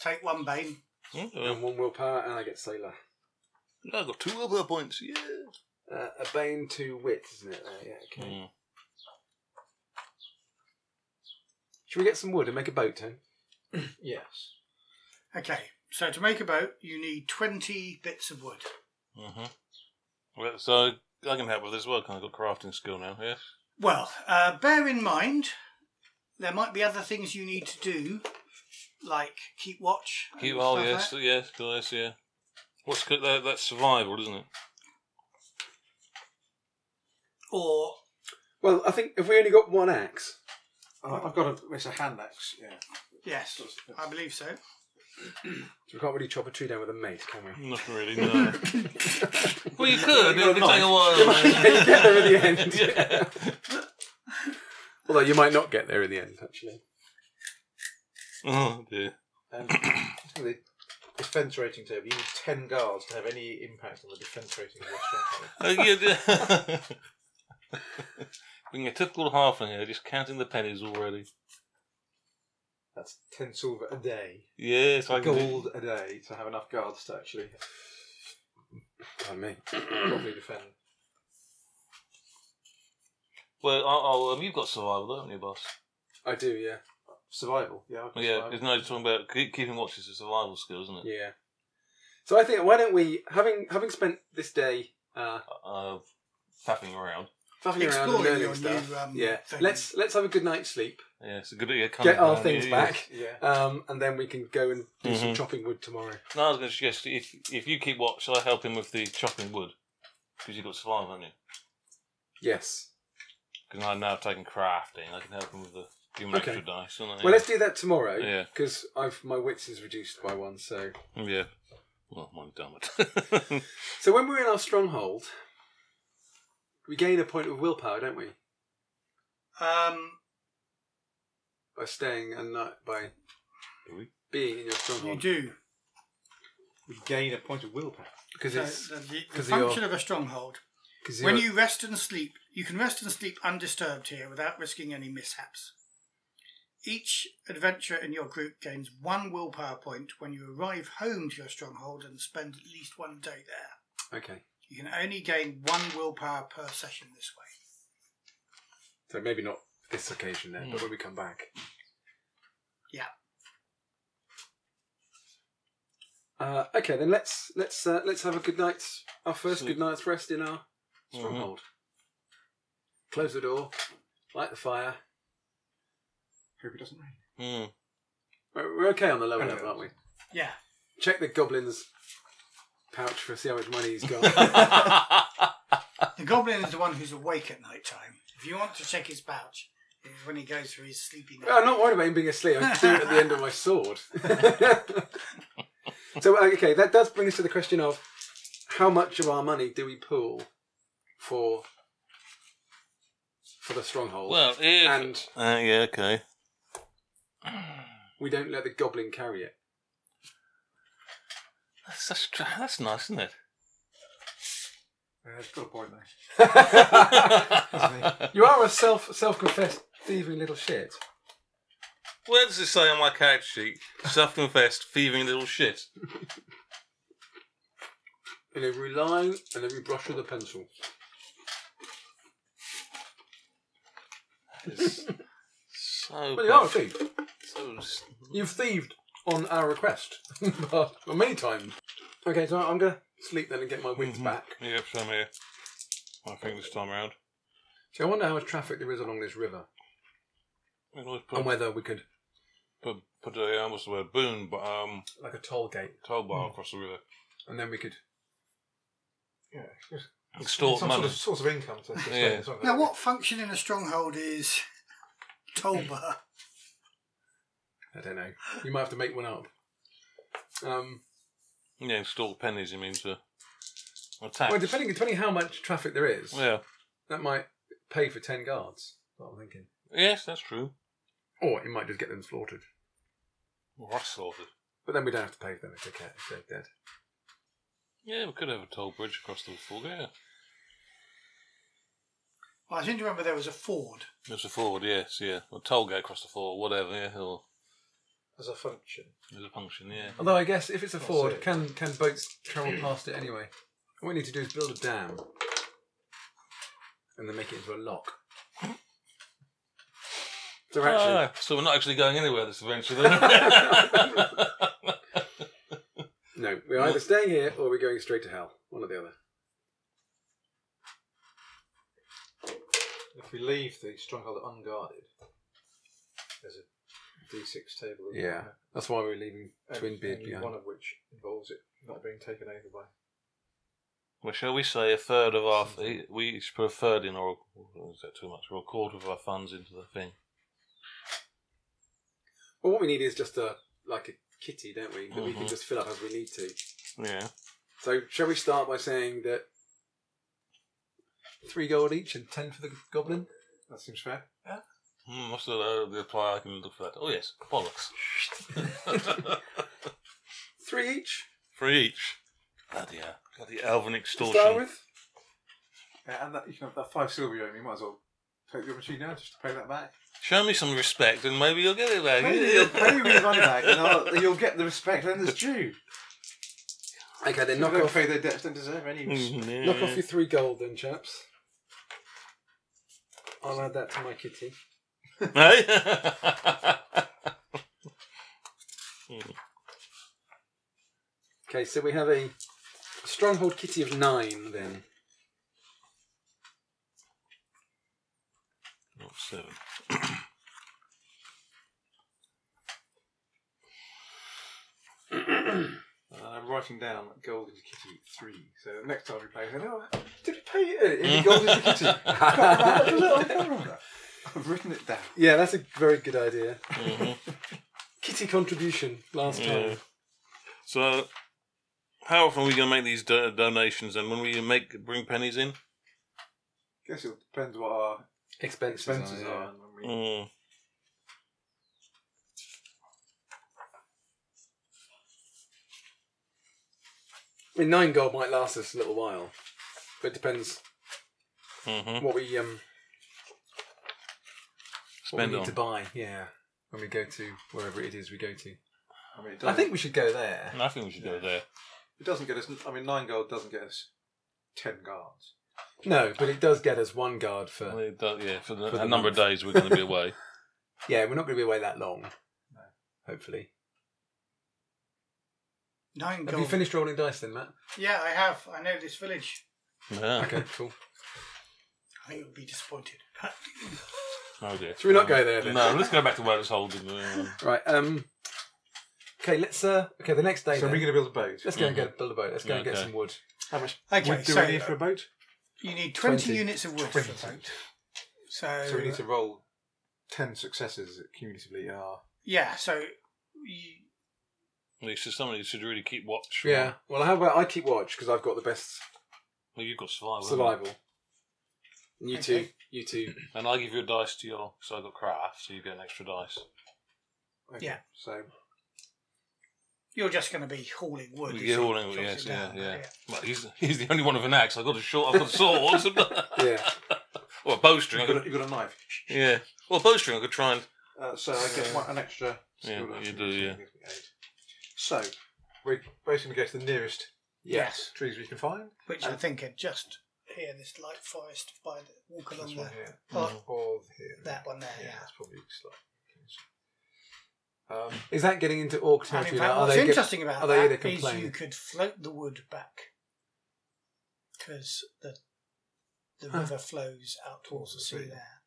Take one bane. Oh, well, And one willpower, and I get sailor. I've got two willpower points. Yeah. Uh, a bane to wit, isn't it? Uh, yeah, okay. Mm. Should we get some wood and make a boat, Tony? Yes. Okay. So to make a boat, you need 20 bits of wood. hmm Well, so I can help with this as well. 'cause I've got crafting skill now. Yes. Well, uh, bear in mind there might be other things you need to do, like keep watch. and Keep oh stuff yes, like yes, yes, yeah. What's good? That, that's survival, isn't it? that. Or Well, I think if we only got one axe, Oh, I've got a. It's a hand axe. Yeah. yes, I believe so. we can't really chop a tree down with a mace, can we? Not really. No. well, you could. It would take a Yeah, you while. get there in the end. yeah. Although you might not get there in the end, actually. Oh dear. Um, the defense rating table. You need ten guards to have any impact on the defense rating of your stronghold. Uh, yeah, yeah. Being a typical halfling here, just counting the pennies already. That's ten silver a day, Yes, I can. Do. gold a day to have enough guards to actually Pardon me. properly defend. Well, oh, oh, um, you've got survival, haven't you, boss? I do, yeah. Survival. Yeah. I've got Yeah, survival. there's no talking about keep, keeping watch is a survival skill, isn't it? Yeah. So I think why don't we having having spent this day uh Uh, faffing around. faffing around and Exploring learning your stuff. new, um, yeah. thing. Let's let's have a good night's sleep. Yeah, it's a good idea. get our things back. Yeah. Um and then we can go and do some Mhm. chopping wood tomorrow. No, I was going to suggest if if you keep watch, shall I help him with the chopping wood? Because you've got survival, haven't you? Yes. Because I'm now taking crafting. I can help him with the give him Okay. extra dice. Don't I? Well let's do that tomorrow. Yeah. Because I've my wits is reduced by one, so yeah. Well, mine damn it. so when we're in our stronghold we gain a point of willpower, don't we? Um, By staying and not by Do we? being in your you stronghold. do. We gain a point of willpower. Because So it's the, the- the 'cause you're- function of a stronghold. because When you rest and sleep, you can rest and sleep undisturbed here without risking any mishaps. Each adventurer in your group gains one willpower point when you arrive home to your stronghold and spend at least one day there. Okay. You can only gain one willpower per session this way. So maybe not this occasion then, but when we come back. Hmm. Yeah. Uh, okay, then let's let's uh, let's have a good night's our first Sweet. good night's rest in our stronghold. Mm-hmm. Close the door, light the fire. Hope it doesn't rain. Mm. We're, we're okay on the low Okay. level, aren't we? Yeah. Check the goblin's pouch for see how much money he's got. The goblin is the one who's awake at night time. If you want to check his pouch, it's when he goes for his sleepy night. I'm not worried about him being asleep. I do it at the end of my sword. so uh, okay, that does bring us to the question of how much of our money do we pool for for the stronghold, well, if, and uh, yeah, okay. we don't let the goblin carry it. That's that's, tr- that's nice, isn't it? Uh, it's got a point there. You are a self self confessed thieving little shit. Where does it say on my character sheet? Self-confessed thieving little shit. In every line and every brush with a pencil. It's so Well, you are a thief. so s- You've thieved on our request, but many times. Okay, so I'm gonna sleep then and get my wits Mm-hmm. back. Mm-hmm. yeah, same here. I think this time around. So I wonder how much traffic there is along this river, We can always and put, whether we could. put, put a, um, what's the word, boon, but, um, Like a toll gate, toll bar across the river. and then we could. Yeah, it's Extort some money. sort of source of income. To sustain Yeah. it's not gonna- Now, what function in a stronghold is Tolba? I don't know. You might have to make one up. Um, Yeah, extort pennies, you mean, to attack. well, depending depending how much traffic there is, yeah. that might pay for ten guards. That's what I'm thinking. Yes, that's true. Or it might just get them slaughtered. Well, that's sorted. But then we don't have to pay them if they can if they're dead. Yeah, we could have a toll bridge across the ford, yeah. Well, I seem to remember there was a ford. There's a ford, yes, yeah. Or toll gate across the ford, whatever, yeah. Or as a function? there's a function, yeah. Although I guess if it's a That's ford, it. can can boats travel past it anyway? What we need to do is build a dam, and then make it into a lock. So we're actually, Ah, so we're not actually going anywhere this adventure then. No, we're either staying here or we're going straight to hell. One or the other. If we leave the stronghold unguarded, there's a D6 table. of- Yeah, that's why we're leaving and Twin Beard only behind. One of which involves it not being taken over by. well, shall we say a third of our we each put a third in, or or is that too much? Or a quarter of our funds into the thing. Well, what we need is just a like a kitty, don't we? That we can Mhm. just fill up as we need to. Yeah. So, shall we start by saying that three gold each and ten for the goblin? That seems fair. Hmm, what's the, uh, the reply I can look for that? Oh yes, bollocks. Three each. Three each. Bloody hell. Bloody elven To extortion. start with. Yeah, and that, you can have that five silver you owe me. You might as well take the opportunity now just to pay that back. Show me some respect and maybe you'll get it back. Pay, you'll pay me the money back, and I'll, you'll get the respect and it's due. Okay, then If knock they don't off. Hmm. pay their debts, don't deserve any. Mhm. Knock off your three gold, then, chaps. I'll add that to my kitty. Hey? Okay, so we have a stronghold kitty of nine then. Not seven. And I'm writing down gold into kitty three. So the next time we play, I say, oh, did we pay it? Any Hmm. gold into kitty? I don't know, I can't remember. I've written it down. Yeah, that's a very good idea. Mhm. Kitty contribution last Yeah. time. So, how often are we going to make these do- donations? And when we make bring pennies in? Guess it depends what our Expenses, expenses yeah. are. And when we, Mm. I mean, nine gold might last us a little while, but it depends hmm what we um what we Spend need on. to buy. Yeah, when we go to wherever it is we go to. I mean, it I doesn't- think we should go there. I think we should go there. It doesn't get us. I mean, nine gold doesn't get us ten guards. No, but it does get us one guard for. We don't- yeah, for, the, For the a number of month. days we're going to be away. Yeah, we're not going to be away that long. Hopefully. Nine Have you gold. finished rolling dice then, Matt? yeah, I have. I know this village. Yeah. Okay, cool. I think you'll be disappointed. Oh dear. Should we not go there then? No, let's go back to where it's holding. Right. Um. Okay. Let's. Uh. Okay. The next day. So are we then. Mm-hmm. going to build a boat? Let's go and get build a boat. Let's go and get Okay. some wood. How much Okay, wood do so- we need for a boat? you need 20, 20. units of wood for a boat. So, So we need to roll ten successes cumulatively in our. yeah, so you, It's just something you should really keep watch. Yeah. Well, how about I keep watch because I've got the best Well, you've got Oh, survival. haven't you? survival. And You two. Okay. You two. And I give you a dice to your. So I got craft, so you get an extra dice. Okay, Yeah. So you're just going to be hauling wood. We you get see, all in, chops yes, it yeah, down, yeah. Well, he's, he's the only one with an axe. I've got a short, I've got swords. Yeah. or a bowstring. I you've got could, a, you've got a knife. yeah. Well, a bowstring, I could try and. Uh, so I get one, an extra. Yeah, skill you dice. do, yeah. Eight. So we're both going to go to the nearest Yes. trees we can find. Which I think are just here, this light forest by the walk This along one the, here. path. Or here. that one there. Yeah, Yeah. that's probably slightly. Um, Is that getting into orc And in territory? fact, now? Are what's they get- interesting about are they that gonna is complain? you could float the wood back because the the Huh. river flows out towards the Towards the sea sea. there.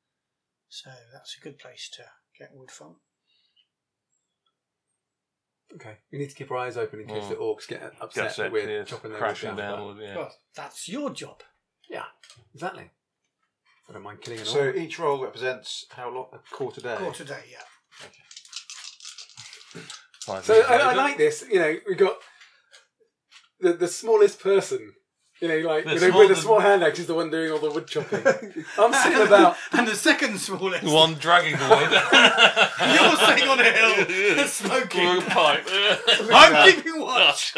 So that's a good place to get wood from. Okay. We need to keep our eyes open in case Mm. the orcs get upset Get set, that we're yeah, chopping their crashing wood down. downward, yeah. Well, that's your job. Exactly. I don't mind killing an so orc. each roll represents how long? A quarter day. Quarter day, yeah. Five So minutes I, I later. like this. You know, we got the the smallest person. You know, like The you know, small- with a small hand axe is the one doing all the wood chopping. I'm sitting about. And the second smallest. The one dragging the wood. You're sitting on a hill, Blue smoking. pipe. I'm keeping watch.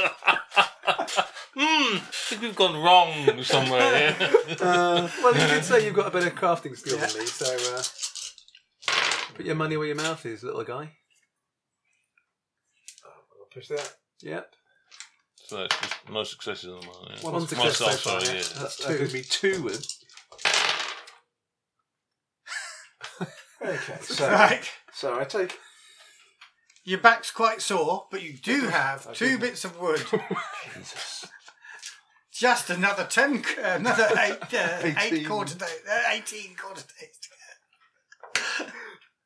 Hmm, I think we've gone wrong somewhere here. Uh, well, you did say you've got a better crafting skill than me, so uh, put your money where your mouth is, little guy. I'll push that. Yep. So that's just no successes on mine. Yeah. One Myself, success so far, sorry, yeah. That's yeah. That's two. two. That gives me two with. okay, so Right. so I take Your back's quite sore, but you do have two bits of wood. Just another ten, c- another eight, uh, eight Eighteen. quarter day, uh, eighteen quarter days. to go.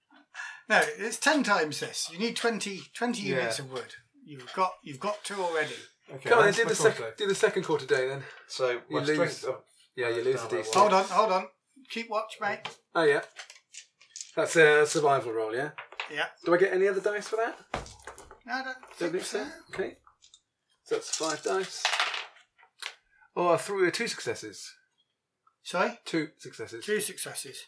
no, it's ten times this. You need 20, 20 units Yeah. of wood. You've got, you've got two already. okay. Come on, then, that's do my the quarter second. day. Do the second quarter day then. So my lose. strength. Of, Yeah, you lose a Down d6. by one. Hold on, hold on. Keep watch, mate. Oh yeah. That's a survival roll, yeah. Yeah. Do I get any other dice for that? No, I don't think Don't think so. Okay. So that's five dice. Oh, I threw two successes. Sorry, Two successes. two successes.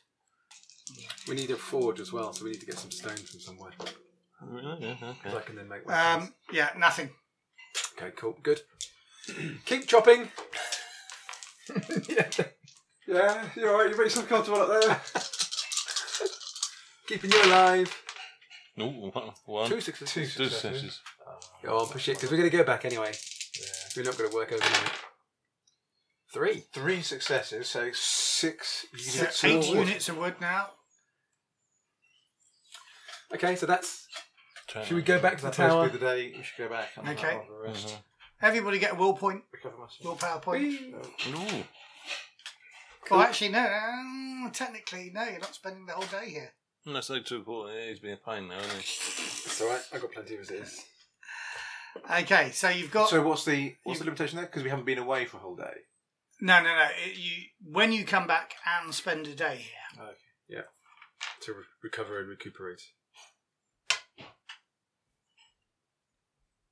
We need a forge as well, so we need to get some stone from somewhere. Oh, Yeah, yeah, Because okay. I can then make weapons. Um, yeah, nothing. okay, cool, good. Keep chopping. Yeah, you're all right. You make yourself comfortable up there. Keeping you alive. Ooh, one- one. Two successes. Two Two successes. successes. Go on, push it, because we're going to go back anyway. Yeah. We're not going to work overnight. Three. Three successes, so six So units. eight of wood. units of wood now. Okay, so that's. Turn Should we it. go back to the That's supposed tower? to be the day we should go back. and Okay. have a rest. Mhm. Everybody get a will point, Recover Uh, myself. willpower point. Uh-huh. Ooh. Well, actually, no. Um, technically, no. You're not spending the whole day here. That's like two quarter. Yeah, he's been a pain now, isn't he? It's alright, I've got plenty of resist. Okay, so you've got Uh, So what's the what's You- the limitation there? Because we haven't been away for a whole day. no, no, no. it- you when you come back and spend a day here. To re- recover and recuperate.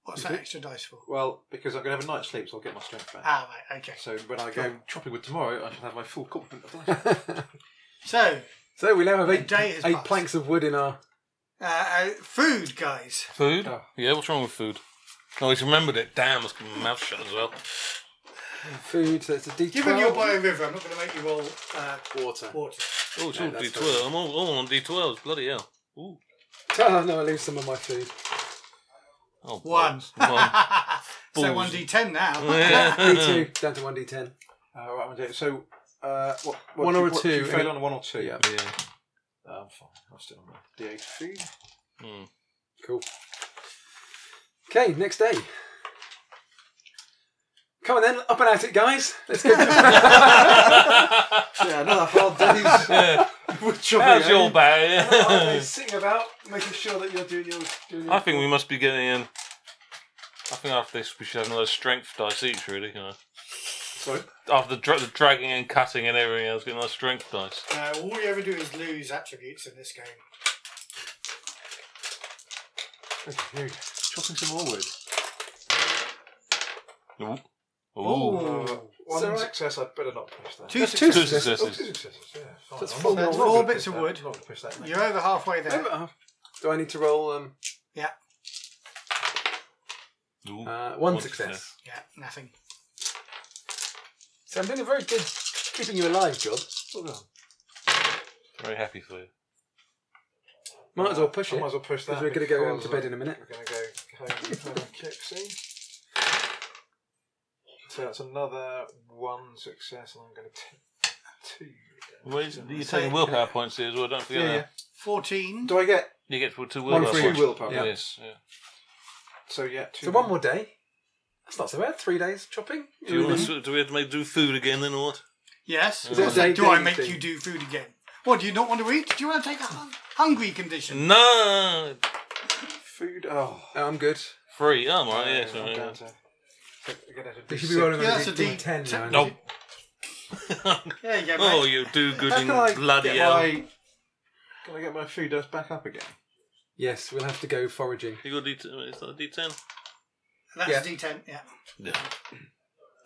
What's Is that it- extra dice for? Well, because I'm going to have a night's sleep, so I'll get my strength back. Ah, right. Okay. So when I go chopping wood tomorrow, I shall have my full complement of life. so So, we now have The eight, day has eight passed. planks of wood in our. uh, uh, food, guys. Food? Oh. Yeah, what's wrong with food? Oh, he's remembered it. Damn, I was keeping my mouth shut as well. Food, so it's a D12. Given you're by a river, I'm not going to make you all uh, water. water. Oh, it's No, all that's D12. I'm all, all on D12s. Bloody hell. Ooh. Oh, no, I lose some of my food. Oh, One. balls. One. so Balls. one d10 now. Yeah. D2, down to 1d10. Uh, right, I'm gonna do it. So, uh, what, what One do you- or a what- do You two, fail any- on a one or two. Yeah. Yeah. I'm fine. I'm still on the D8 feed. Mm. Cool. Okay, next day. Come on then, up and at it, guys. Let's get Yeah, another hard day's yeah. with How's your jobbing, bag? Oh, eh? Hard day's sitting about, making sure that you're doing your. Doing your I think we must be getting in. I think after this, we should have another strength dice each, really. You know, Sorry. after the, dra- the dragging and cutting and everything else, get another strength dice. Uh, all you ever do is lose attributes in this game. Okay, here we go. Chopping some more wood. Ooh, Ooh. Uh, one So I- success. I'd better not push that. Two, two two. Oh, two successes. successes. Yeah, fine. That's I'm four- not- I'm not four gonna bits push of that. wood. I'm not gonna push that. mate. You're over halfway there. Do I need to roll um, Ooh. uh, one One success? Yeah, nothing. So I'm doing a very good keeping you alive job. Well done. Very happy for you. Might as well push I it. might as well push that. Because we're gonna go home because to bed in a minute. We're going to go home, home and kick, see? So that's another one success, and I'm going to take two. Well, you- you're So- taking willpower points here as well. Don't forget Yeah, that. 14. Do I get You get two One willpower for points. each. willpower, Yeah. Yes. Yeah. So yeah, two. So one more day. That's not so bad. Three days chopping. Do you want to, do we have to make do food again then, or what? Yes. Is it a Also, do day I thing? make you do food again? What, do you not want to eat? Do you want to take a hun- hungry condition? No, food. Oh, Oh, I'm good. free. Oh my, yeah, yes. I'm Yeah, down to. I'm gonna have to You should be be rolling Yeah, on a that's a D- D- D10 now. Nope. There you go, mate. oh, you do good How in can I bloody get hell. my? Can I get my food dust back up again? Yes, we'll have to go foraging. You got a D10? Is that a D10? That's Yeah. D10, yeah. No.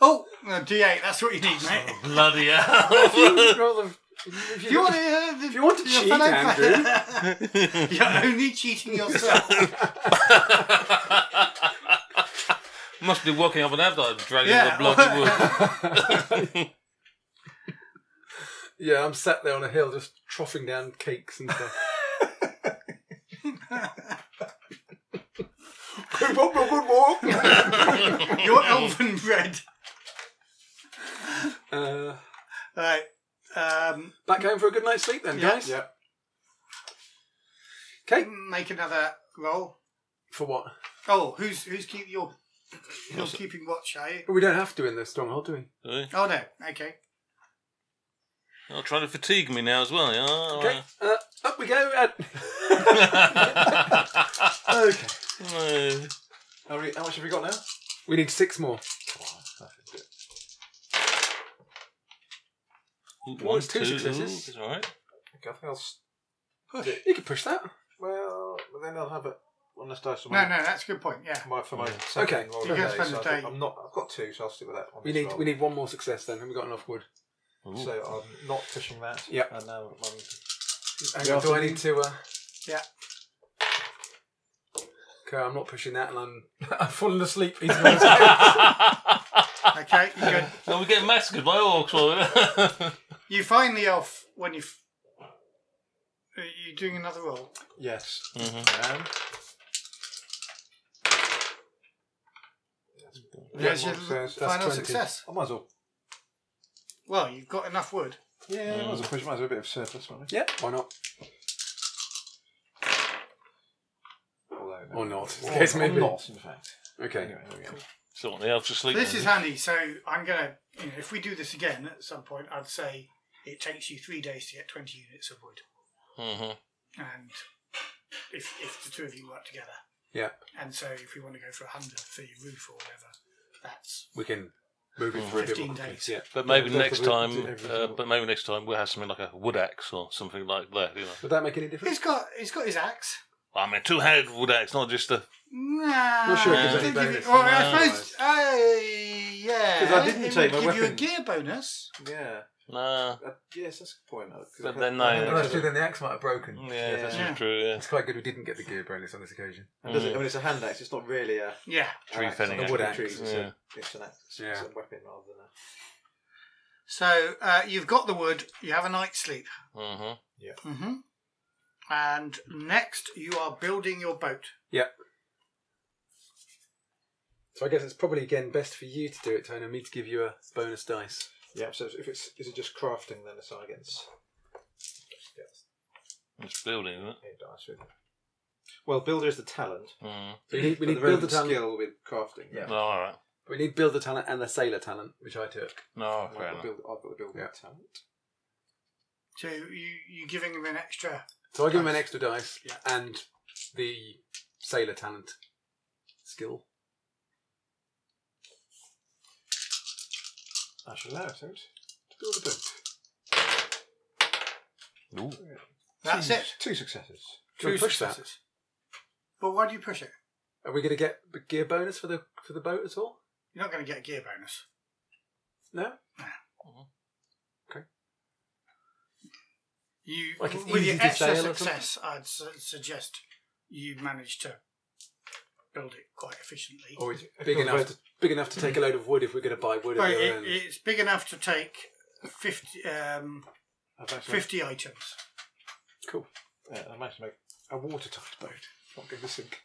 Oh, no, D8, that's what you need, mate. Bloody If hell. you roll the- if If you want to, uh, if you want to your cheat, fellow- Andrew. You're only cheating yourself. Must be walking up an advert dragging Yeah. the bloody wood. yeah, I'm sat there on a hill just troughing down cakes and stuff. good walk, good walk. You're elven bread. Uh, Right. Um, back home for a good night's sleep then, Yeah. guys. Yeah. Okay. make another roll. For what? Oh, who's who's keep your you're keeping watch, are you? But we don't have to in the stronghold, do we? Oh no. Okay. You're trying to fatigue me now as well. Yeah? All Okay. right. Uh, up we go. Ed. Okay. Uh, How, we, how much have we got now? we need six more. One, it's two two, successes. All right. Okay, I think I'll. s- You can push that. Well, but then I'll have it unless dice. No, no, that's a good point. Yeah. My, for my Yeah. second Okay. roll You of can dice, spend so a I think day. I'm not. I've got two, so I'll stick with that. On We this need roll. we need one more success then. Have we got enough wood? Ooh. So I'm not pushing that. Yep. And now I'm. Hang Yeah, on, do I afternoon. need to? Uh... Yeah. Okay, I'm not pushing that, and I'm I'm falling asleep. eating all this food. Okay. You good? No, we get massacred by orcs. well. You find the elf when you. F- Are you doing another roll? Yes. Mhm. And There's one your success. That's final 20. success. I might as well. Well, you've got enough wood. Yeah, I might as well push. Might as well a bit of surplus money. yeah. Why not? Although, no. Or not? Or- Case or maybe. not, in fact. Okay. Anyway, there we go. So want the elves to sleep. This then. is handy. So I'm gonna. You know, if we do this again at some point, I'd say it takes you three days to get twenty units of wood, Mhm. and if if the two of you work together. Yeah. And so if we want to go for a hundred for your roof or whatever, that's We can move it Mm. for a bit fifteen more. days. Yeah. But maybe Yeah, next that's what we time, did everything. uh, but maybe next time we'll have something like a wood axe or something like that. You know, Would that make any difference? He's got he's got his axe. I mean, two-handed wood axe, not just a. Nah. Not sure it gives I any don't give bonus. you- well, No. I suppose. Uh, yeah. 'Cause I didn't it take would my give weapon. you a gear bonus. Yeah. Nah. Uh, yes, that's a good point. though, 'cause But I- then I they- think Well, that's a- the axe might have broken. Yeah, that's Yeah. true. Yeah. It's quite good we didn't get the gear bonus on this occasion. And does it- I mean, it's a hand axe. It's not really a Yeah. Mm. Tree an axe, felling not axe. A wood a tree, axe, It's, yeah. a, it's an axe. It's Yeah. a weapon rather than a. So uh, you've got the wood. You have a night's sleep. hmm Mm-hmm. And next, you are building your boat. So I guess it's probably again best for you to do it, Tony, and me to give you a bonus dice. Yeah, so if it's is it just crafting then it's against yes, It's building, isn't it? eight dice with it. Well, builder is the talent. Mm. So we need, we but need there is builder the talent. skill with crafting. No, all right. We need builder talent and the sailor talent, which I took. No, oh, I've got, fair the enough. build, I've got the builder Yeah. talent. So you you giving him an extra? So I give him an extra dice Yeah. and the sailor talent skill. I shall allow him to build a boat. Ooh. That's two, it. Two successes. Should we push that? successes. But why do you push it? Are we going to get a gear bonus for the for the boat at all? You're not going to get a gear bonus. No. You Like it's with easy your to extra sail or something? success, I'd su- suggest you manage to build it quite efficiently. Or is it If big you're enough boat- to, big enough to take a load of wood if we're going to buy wood at Well, the other it, end? it's big enough to take 50, um, I've managed to make- 50 items. cool. yeah, I managed to make a watertight boat. It's not going to sink.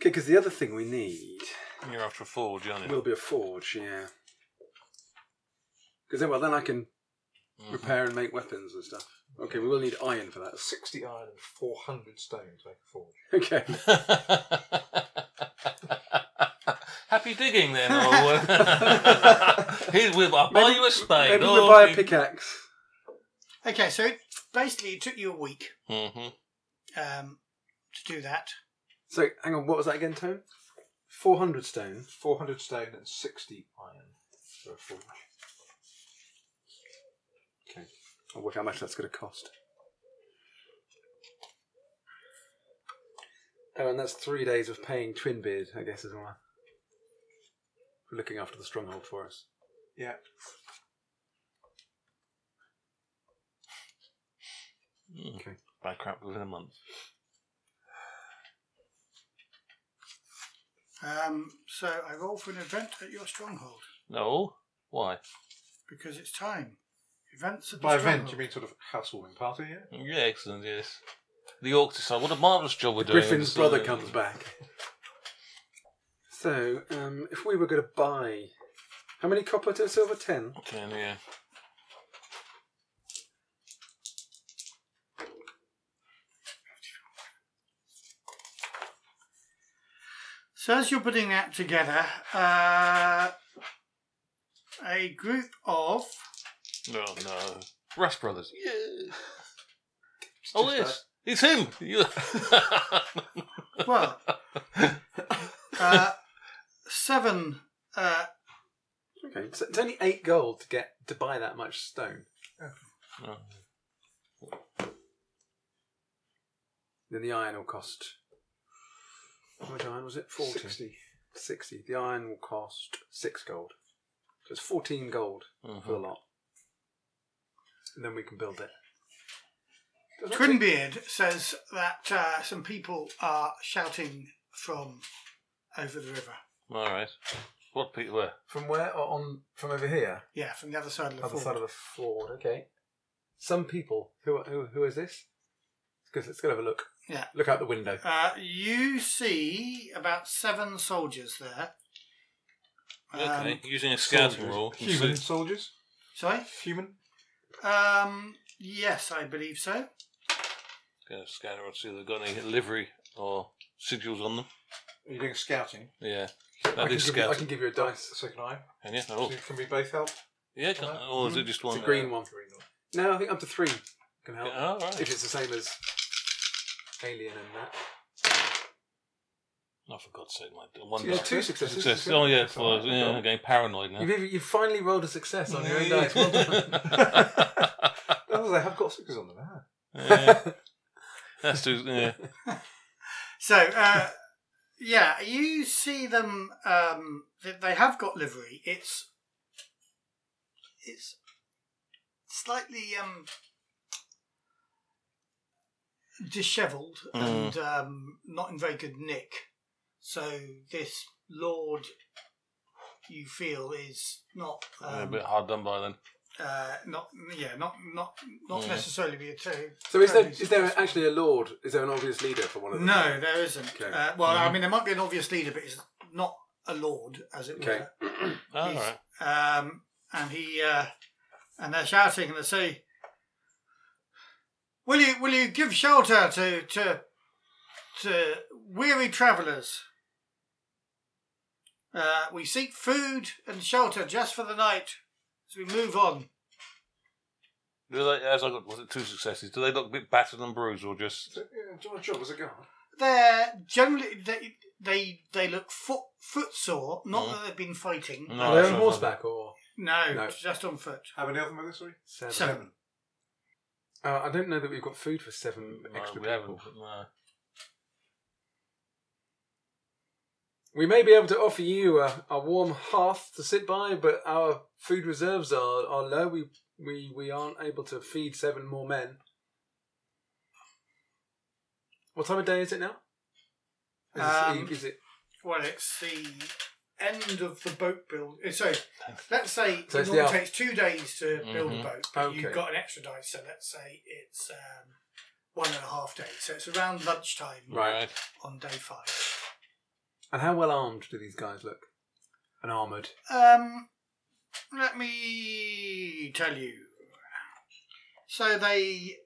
Okay, because the other thing we need You're after a forge, aren't you? will be a forge, yeah. Because then, well, then I can Mhm. repair and make weapons and stuff. Okay, we will need iron for that. 60 iron and 400 stone to make a forge. Okay. Happy digging then. Or... Here, we'll, I'll buy Maybe- you a spade. Oh, Maybe or we'll buy a you- pickaxe. Okay, so it, basically it took you a week Mhm. um, to do that. So, hang on, what was that again, Tone? 400 stone. 400 stone and 60 iron for a forge. I'll work out how much that's going to cost. Oh, and that's three days of paying Twinbeard, I guess, as well. For looking after the stronghold for us. Yeah. Okay. Bankrupt within a month. Um, so I roll for an event at your stronghold No. Why? because it's time. Events at the By stronghold. event, you mean sort of housewarming party, yeah? Yeah, excellent. Yes. The orcs decide. What a marvelous job we're doing. Griffin's brother comes back. So, um, if we were going to buy. How many copper to silver? Ten? Ten. Yeah. So as you're putting that together, uh, a group of No, Oh, no. Rush Brothers. Yeah. Oh yes, it's him. You- well, uh, seven. Uh, Okay. So it's only eight gold to get to buy that much stone. Then the iron will cost. How much iron was it? 40. 60. 60. The iron will cost 6 gold. So it's 14 gold Mhm. for the lot. And then we can build it. Twinbeard says that uh, some people are shouting from over the river. All right. What Peter? Where? From where? Or on From over here? Yeah, from the other side of the Other fort. side of the ford. Okay. Some people. Who, are- who, who is this? Because let's go have a look. Yeah. Look out the window. Uh, you see about seven soldiers there. Okay, Um, using a scouting Soldiers. roll. you can Human see- soldiers? Sorry. Human? Um, yes, I believe so. Gonna scout around see if they've got any livery or sigils on them. Are you doing scouting? Yeah, I that can, is give you, I can scouting. give you a dice. So can I? And yeah, So oh, can we both help? yeah. Can, or is it just It's one? a green one. Green one. No, I think up to three can help. Yeah, all If right. it's the same as Alien and that. Oh, for God's sake, my one Yeah, die. two successes. success. Oh yeah, for, yeah, I'm getting paranoid now. You've, even- you've finally rolled a success on your own dice. Well done. yeah. Oh, they have got sixes on them. Ah. That's too. Yeah. So, uh, yeah, you see them. Um, they, they have got livery. It's it's slightly um, dishevelled and um, not in very good nick. So this lord, you feel, is not Yeah, a um, bit hard done by then. uh, not yeah not not not Yeah. necessarily be a terror. So is there is there actually a lord? Is there an obvious leader for one of them? No, there isn't. Okay. Mm-hmm. Uh, well, I mean, there might be an obvious leader, but it's not a lord, as it Okay. were. Oh, all He's- right. um, and he uh, and they're shouting and they say, "Will you will you give shelter to to to weary travellers? Uh, we seek food and shelter just for the night as we move on." Do they, as I got, was it two successes? Do they look a bit battered and bruised, or just? So, yeah, do you want a job as a guard? They're generally they they, they look foot footsore. Not that they've been fighting. No, Are they that's on not- horseback or No, Mm-hmm. No. just on foot. How many of them are there, sorry? seven? Seven. Uh, I don't know that we've got food for seven No, extra we people. haven't. No. We may be able to offer you a, a warm hearth to sit by, but our food reserves are, are low. We, we we aren't able to feed seven more men. What time of day is it now? Is, Um, it, is it Well, it's the end of the boat build. uh, So let's say So it it's the normally al- takes two days to build a Mhm. boat, but you've Okay. got an extra day. So let's say it's um, one and a half days. So it's around lunchtime Right. on day five. and how well armed do these guys look? And armored. Um, let me tell you. So they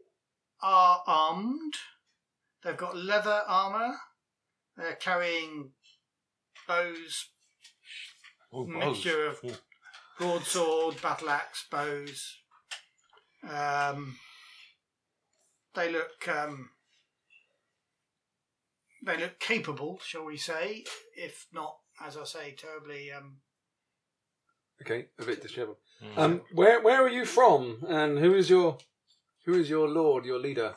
are armed. They've got leather armor. They're carrying bows, Oh, Mixture bows. Ooh. broadsword, battle axe, bows. Um, they look um, they look capable, shall we say? If not, as I say, terribly. Um, Okay, a bit dishevelled. Mm. Um, where where are you from, and who is your who is your lord, your leader?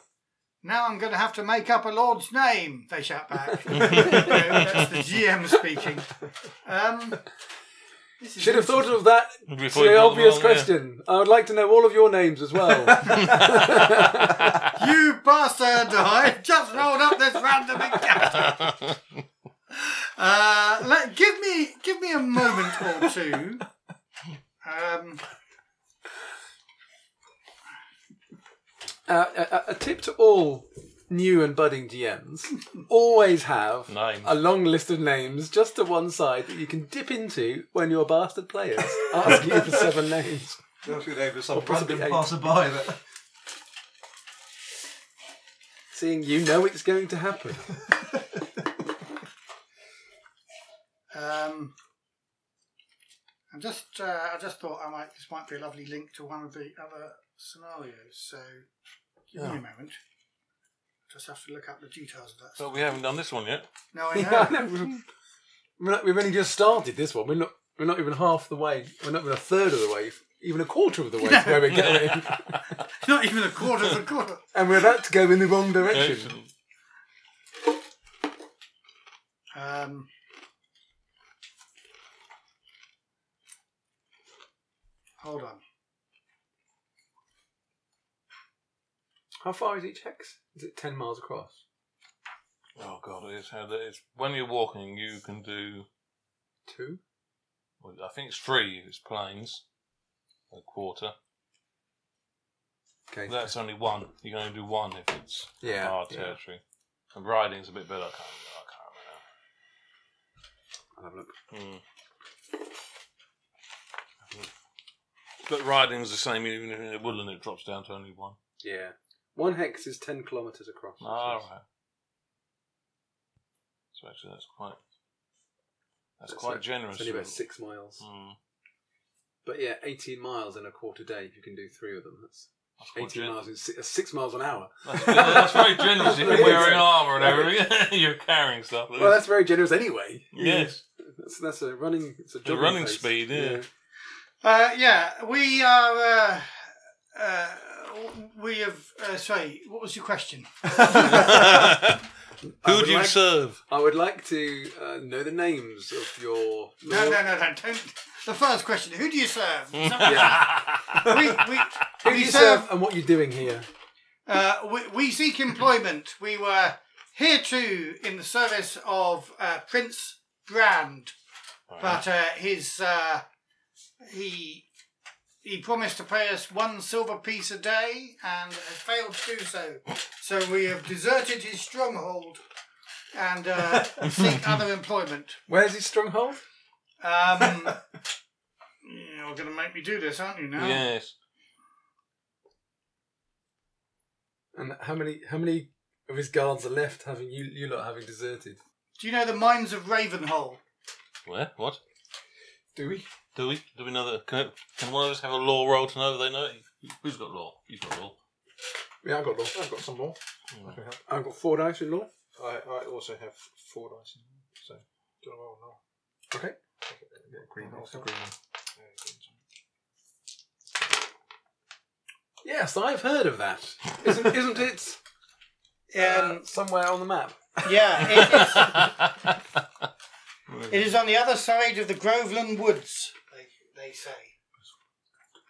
now I'm going to have to make up a lord's name. They shout back. You know, That's the GM speaking. Um, this is Should have thought of that. It's Before you the build obvious them all, yeah. question. I would like to know all of your names as well. Uh, You bastard! I've just rolled up this random encounter. Uh, let, give me give me a moment or two. Um, Uh, a, a tip to all new and budding GMs: always have Names. a long list of names just to one side that you can dip into when your bastard players ask you for seven names. That's your name for some possibly random eight. passerby that Seeing you know it's going to happen. um, I'm just uh, I just thought I might this might be a lovely link to one of the other scenarios. So give me a moment. Just have to look up the details of that. But we haven't done this one yet. no, I Yeah, know. I know. We've- We're not, we've only just started this one. We're not. We're not even half the way. We're not even a third of the way. Even a quarter of the way to where we're going, Not even a quarter of a quarter. and we're about to go in the wrong direction. Um, hold on. How far is each hex? Is it ten miles across? Oh god, it is how that is. When you're walking, you can do. Two. well, I think it's three. if It's planes. A quarter. Okay. That's only one. You can only do one if it's Yeah, hard yeah. territory. And riding's a bit better. I can't I'll have a look. remember. I can't remember now. Mm. But riding's the same. Even if in the woodland, it drops down to only one. Yeah. One hex is 10 kilometres across. All right. So actually, that's quite. That's, That's quite like- generous. It's only about for- six miles. Mm, But yeah, 18 miles in a quarter day if you can do three of them. That's that's quite 18 gen- miles in si- uh, six miles an hour. That's, that's very generous. If you're wearing Yeah. armour and everything, you're carrying stuff. Well, that's very generous anyway. yes. That's, that's a running. It's a The jogging running pace. speed, yeah. Uh, yeah, we are. Uh, uh, we have. Uh, sorry, what was your question? I would like- serve? I would like to uh, know the names of your. No, no, no, no. Don't. The first question: Who do you serve? we we, Who we do you serve. serve and what you're doing here? Uh, we, we seek employment. We were hereto in the service of uh, Prince Brand, but uh, his uh, he he promised to pay us one silver piece a day and has failed to do so. So we have deserted his stronghold and uh, seek other employment. Where's his stronghold? Um, You're going to make me do this, aren't you? Now, Yes. And how many how many of his guards are left having you you lot having deserted? do you know the mines of Ravenhole? Where? What? Do we? Do we? Do we know that? Can, can one of us have a law roll to know that they know it? Who's got law? You've got law. Yeah, I've got law. I've got some law. I can help. I've got four dice in law. I, I also have four dice in there, so do I roll now? Okay. Yeah, green Oh, dice. okay. green one. Yeah, green one. Yes, I've heard of that. Isn't isn't it Uh, um, somewhere on the map? yeah, it is, it is on the other side of the Groveland Woods. They, they say,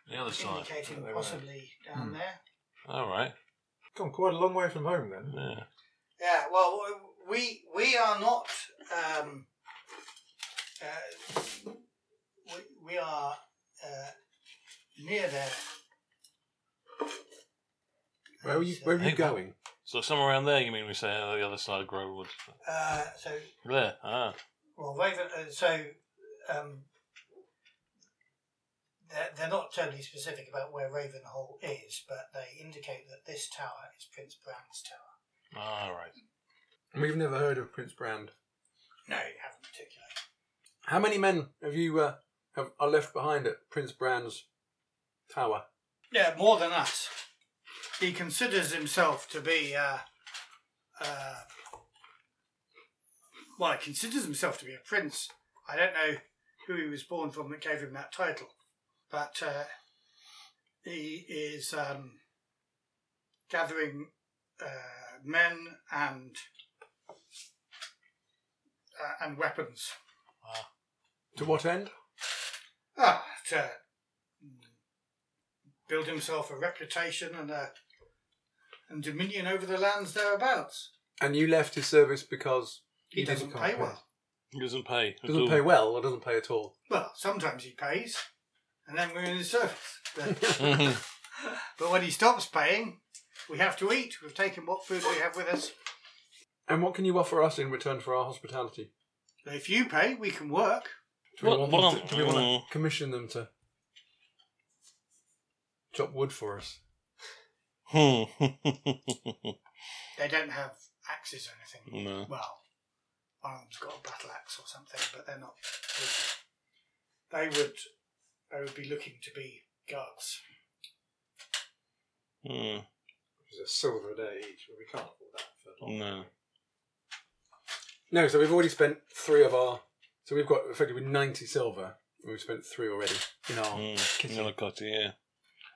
the other side. indicating possibly down there. All right. Gone quite a long way from home then. Yeah. Yeah, well, we we are not. Um, uh, we, we are uh, near there. Where are you where are you Hey, going? So somewhere around there, you mean we say oh, the other side of Grovewood? Uh, so, There. Ah. well, Raven. Uh, so, um, they're, they're not totally specific about where Ravenhall is, but they indicate that this tower is Prince Brown's tower. All right. We've never heard of Prince Brand. No, you haven't particularly. How many men have you uh, have, are left behind at Prince Brand's tower? Yeah, more than us. He considers himself to be. Uh, uh, well, he considers himself to be a prince. I don't know who he was born from that gave him that title, but uh, he is um, gathering uh, men and uh, and weapons To what end? Ah, to build himself a reputation and a and dominion over the lands thereabouts. And you left his service because He, didn't doesn't pay compare. well. He doesn't pay. at doesn't all. pay well or doesn't pay at all. Well, sometimes he pays, and then we're in his service. But, Mhm. but when he stops paying, we have to eat. We've taken what food we have with us. And what can you offer us in return for our hospitality? If you pay, we can work. Do we, Well, want, well, them to, do we want mm. to commission them to chop wood for us? They don't have axes or anything. Hmm. no. Well, one of them's got a battle axe or something, but they're not. They would, they would be looking to be guards. Mm. It's a silver a day each, but we can't afford that for long. No. No, so we've already spent three of our. So we've got effectively 90 silver, and we've spent three already in our Mm. kitchen. Another cut, yeah.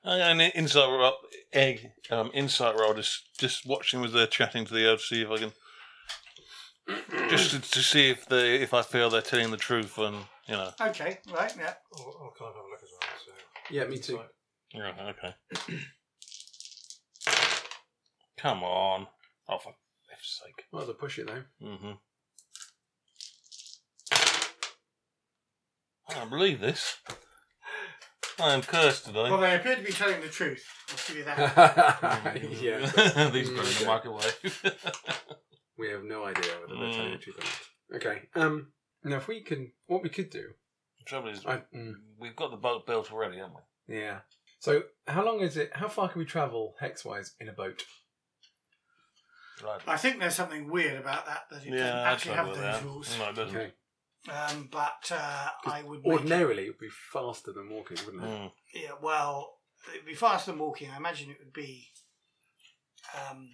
Oh, yeah, And the insight roll, egg, um, insight roll. Just, just watching was there chatting to the elf, see if I can, just to, to see if they, if I feel they're telling the truth, and you know. Okay, right, yeah. I'll, I'll kind of have a look as well. So. Yeah, me too. Right, okay. Come on. Oh, for F's sake. Might as well push it though. Mm-hmm. I can't believe this. I am cursed today. Well, they appear to be telling the truth. I'll give you that. yeah, These go in the microwave. we have no idea whether they're Mm. telling the truth or not. Okay. Um. Now, if we can, what we could do, trouble is, I, mm, we've got the boat built already, haven't we? yeah. So, how long is it? How far can we travel hex-wise in a boat? Right. I think there's something weird about that that it doesn't Yeah, I Mm. actually trouble have with those that. rules. No, it doesn't. Okay. Um, but uh, I would make it, Ordinarily, it would be faster than walking, wouldn't it? Mm. yeah, well, it'd be faster than walking. I imagine it would be um,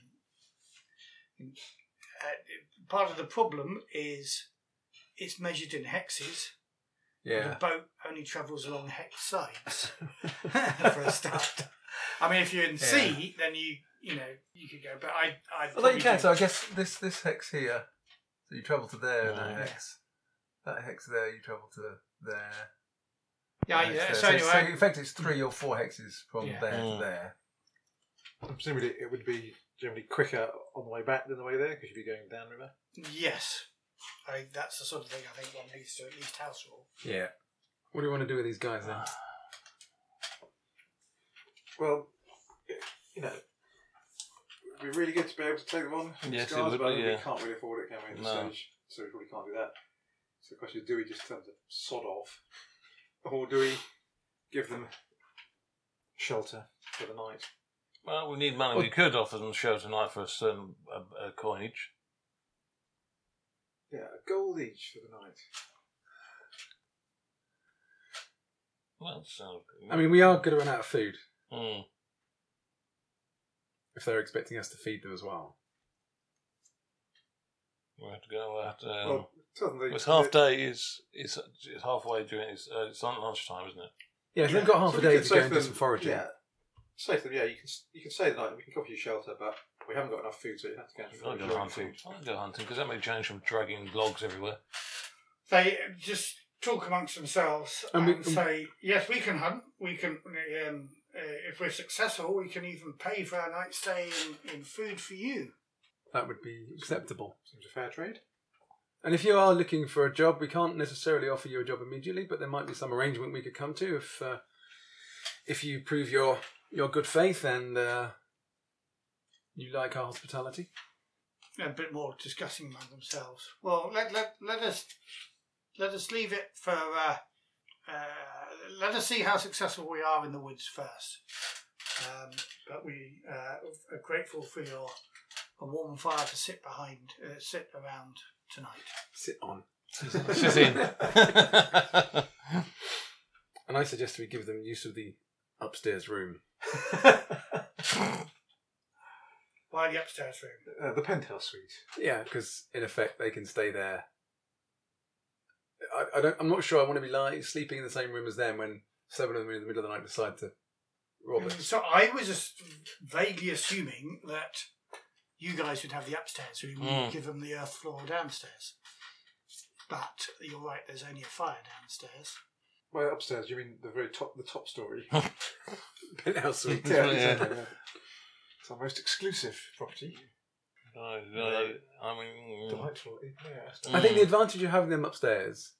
uh, part of the problem is it's measured in hexes. Yeah. The boat only travels along hex sides for a start. I mean, if you're in sea, then you you know you could go, but I I Although you can, so I guess this this hex here, so you travel to there, and Yeah. that hex, that hex there, you travel to there. yeah, that hex yeah. there. So it's- anyway, in fact, it's three or four hexes from Yeah. there to Mm. there. Presumably, it would be generally quicker on the way back than the way there because you'd be going downriver. Yes. I, that's the sort of thing I think one needs to at least house rule. Yeah. What do you want to do with these guys then? Well, you know, it would be really good to be able to take them on. in Yes, it disguise, would but be, We yeah. can't really afford it, can we? At this No. stage, so we probably can't do that. So the question is, do we just tell them to sod off, or do we give them shelter for the night. Well, we need money. We could offer them a show tonight for a certain a, a coin each. Yeah, a gold each for the night. Well, that sounds pretty I mean, we are going to run out of food Mm. if they're expecting us to feed them as well. we have to go out. Um, well, tell them they, it's half day. Is it's, it's halfway during. It's, uh, it's on lunchtime, isn't it? Yeah, if Yeah. they've got half So a we day could to say go and do them- some foraging. Yeah, say to them, yeah, you can s- you can stay the night. We can cover your shelter, but we haven't got enough food, so you have to go out I'll and go find hunting. food. I'll go hunting because that may change from dragging logs everywhere. They just talk amongst themselves And and, we- say, yes, we can hunt. We can, um, uh, if we're successful, we can even pay for our night stay in, in food for you. That would be acceptable. Seems a fair trade. And if you are looking for a job, we can't necessarily offer you a job immediately, but there might be some arrangement we could come to if uh, if you prove your your good faith and uh, you like our hospitality. a bit more discussing among themselves. Well, let, let, let us let us leave it for uh, uh, let us see how successful we are in the woods first. Um, but we uh, are grateful for your a warm fire to sit behind, uh, sit around tonight. Sit on. Sit in. And I suggest we give them use of the upstairs room. By the upstairs room. Uh, the penthouse suite. Yeah, because in effect they can stay there. I, I don't. I'm not sure. I want to be lying, sleeping in the same room as them when seven of them in the middle of the night decide to rob us. So I was just vaguely assuming that you guys would have the upstairs room Mm. and give them the earth floor downstairs. But you're right. There's only a fire downstairs. By upstairs, you mean the very top, the top story? Penthouse suite. Yeah, exactly, yeah. It's our most exclusive property. No, no, I mean, mm, Delightful. Yeah. I think the advantage of having them upstairs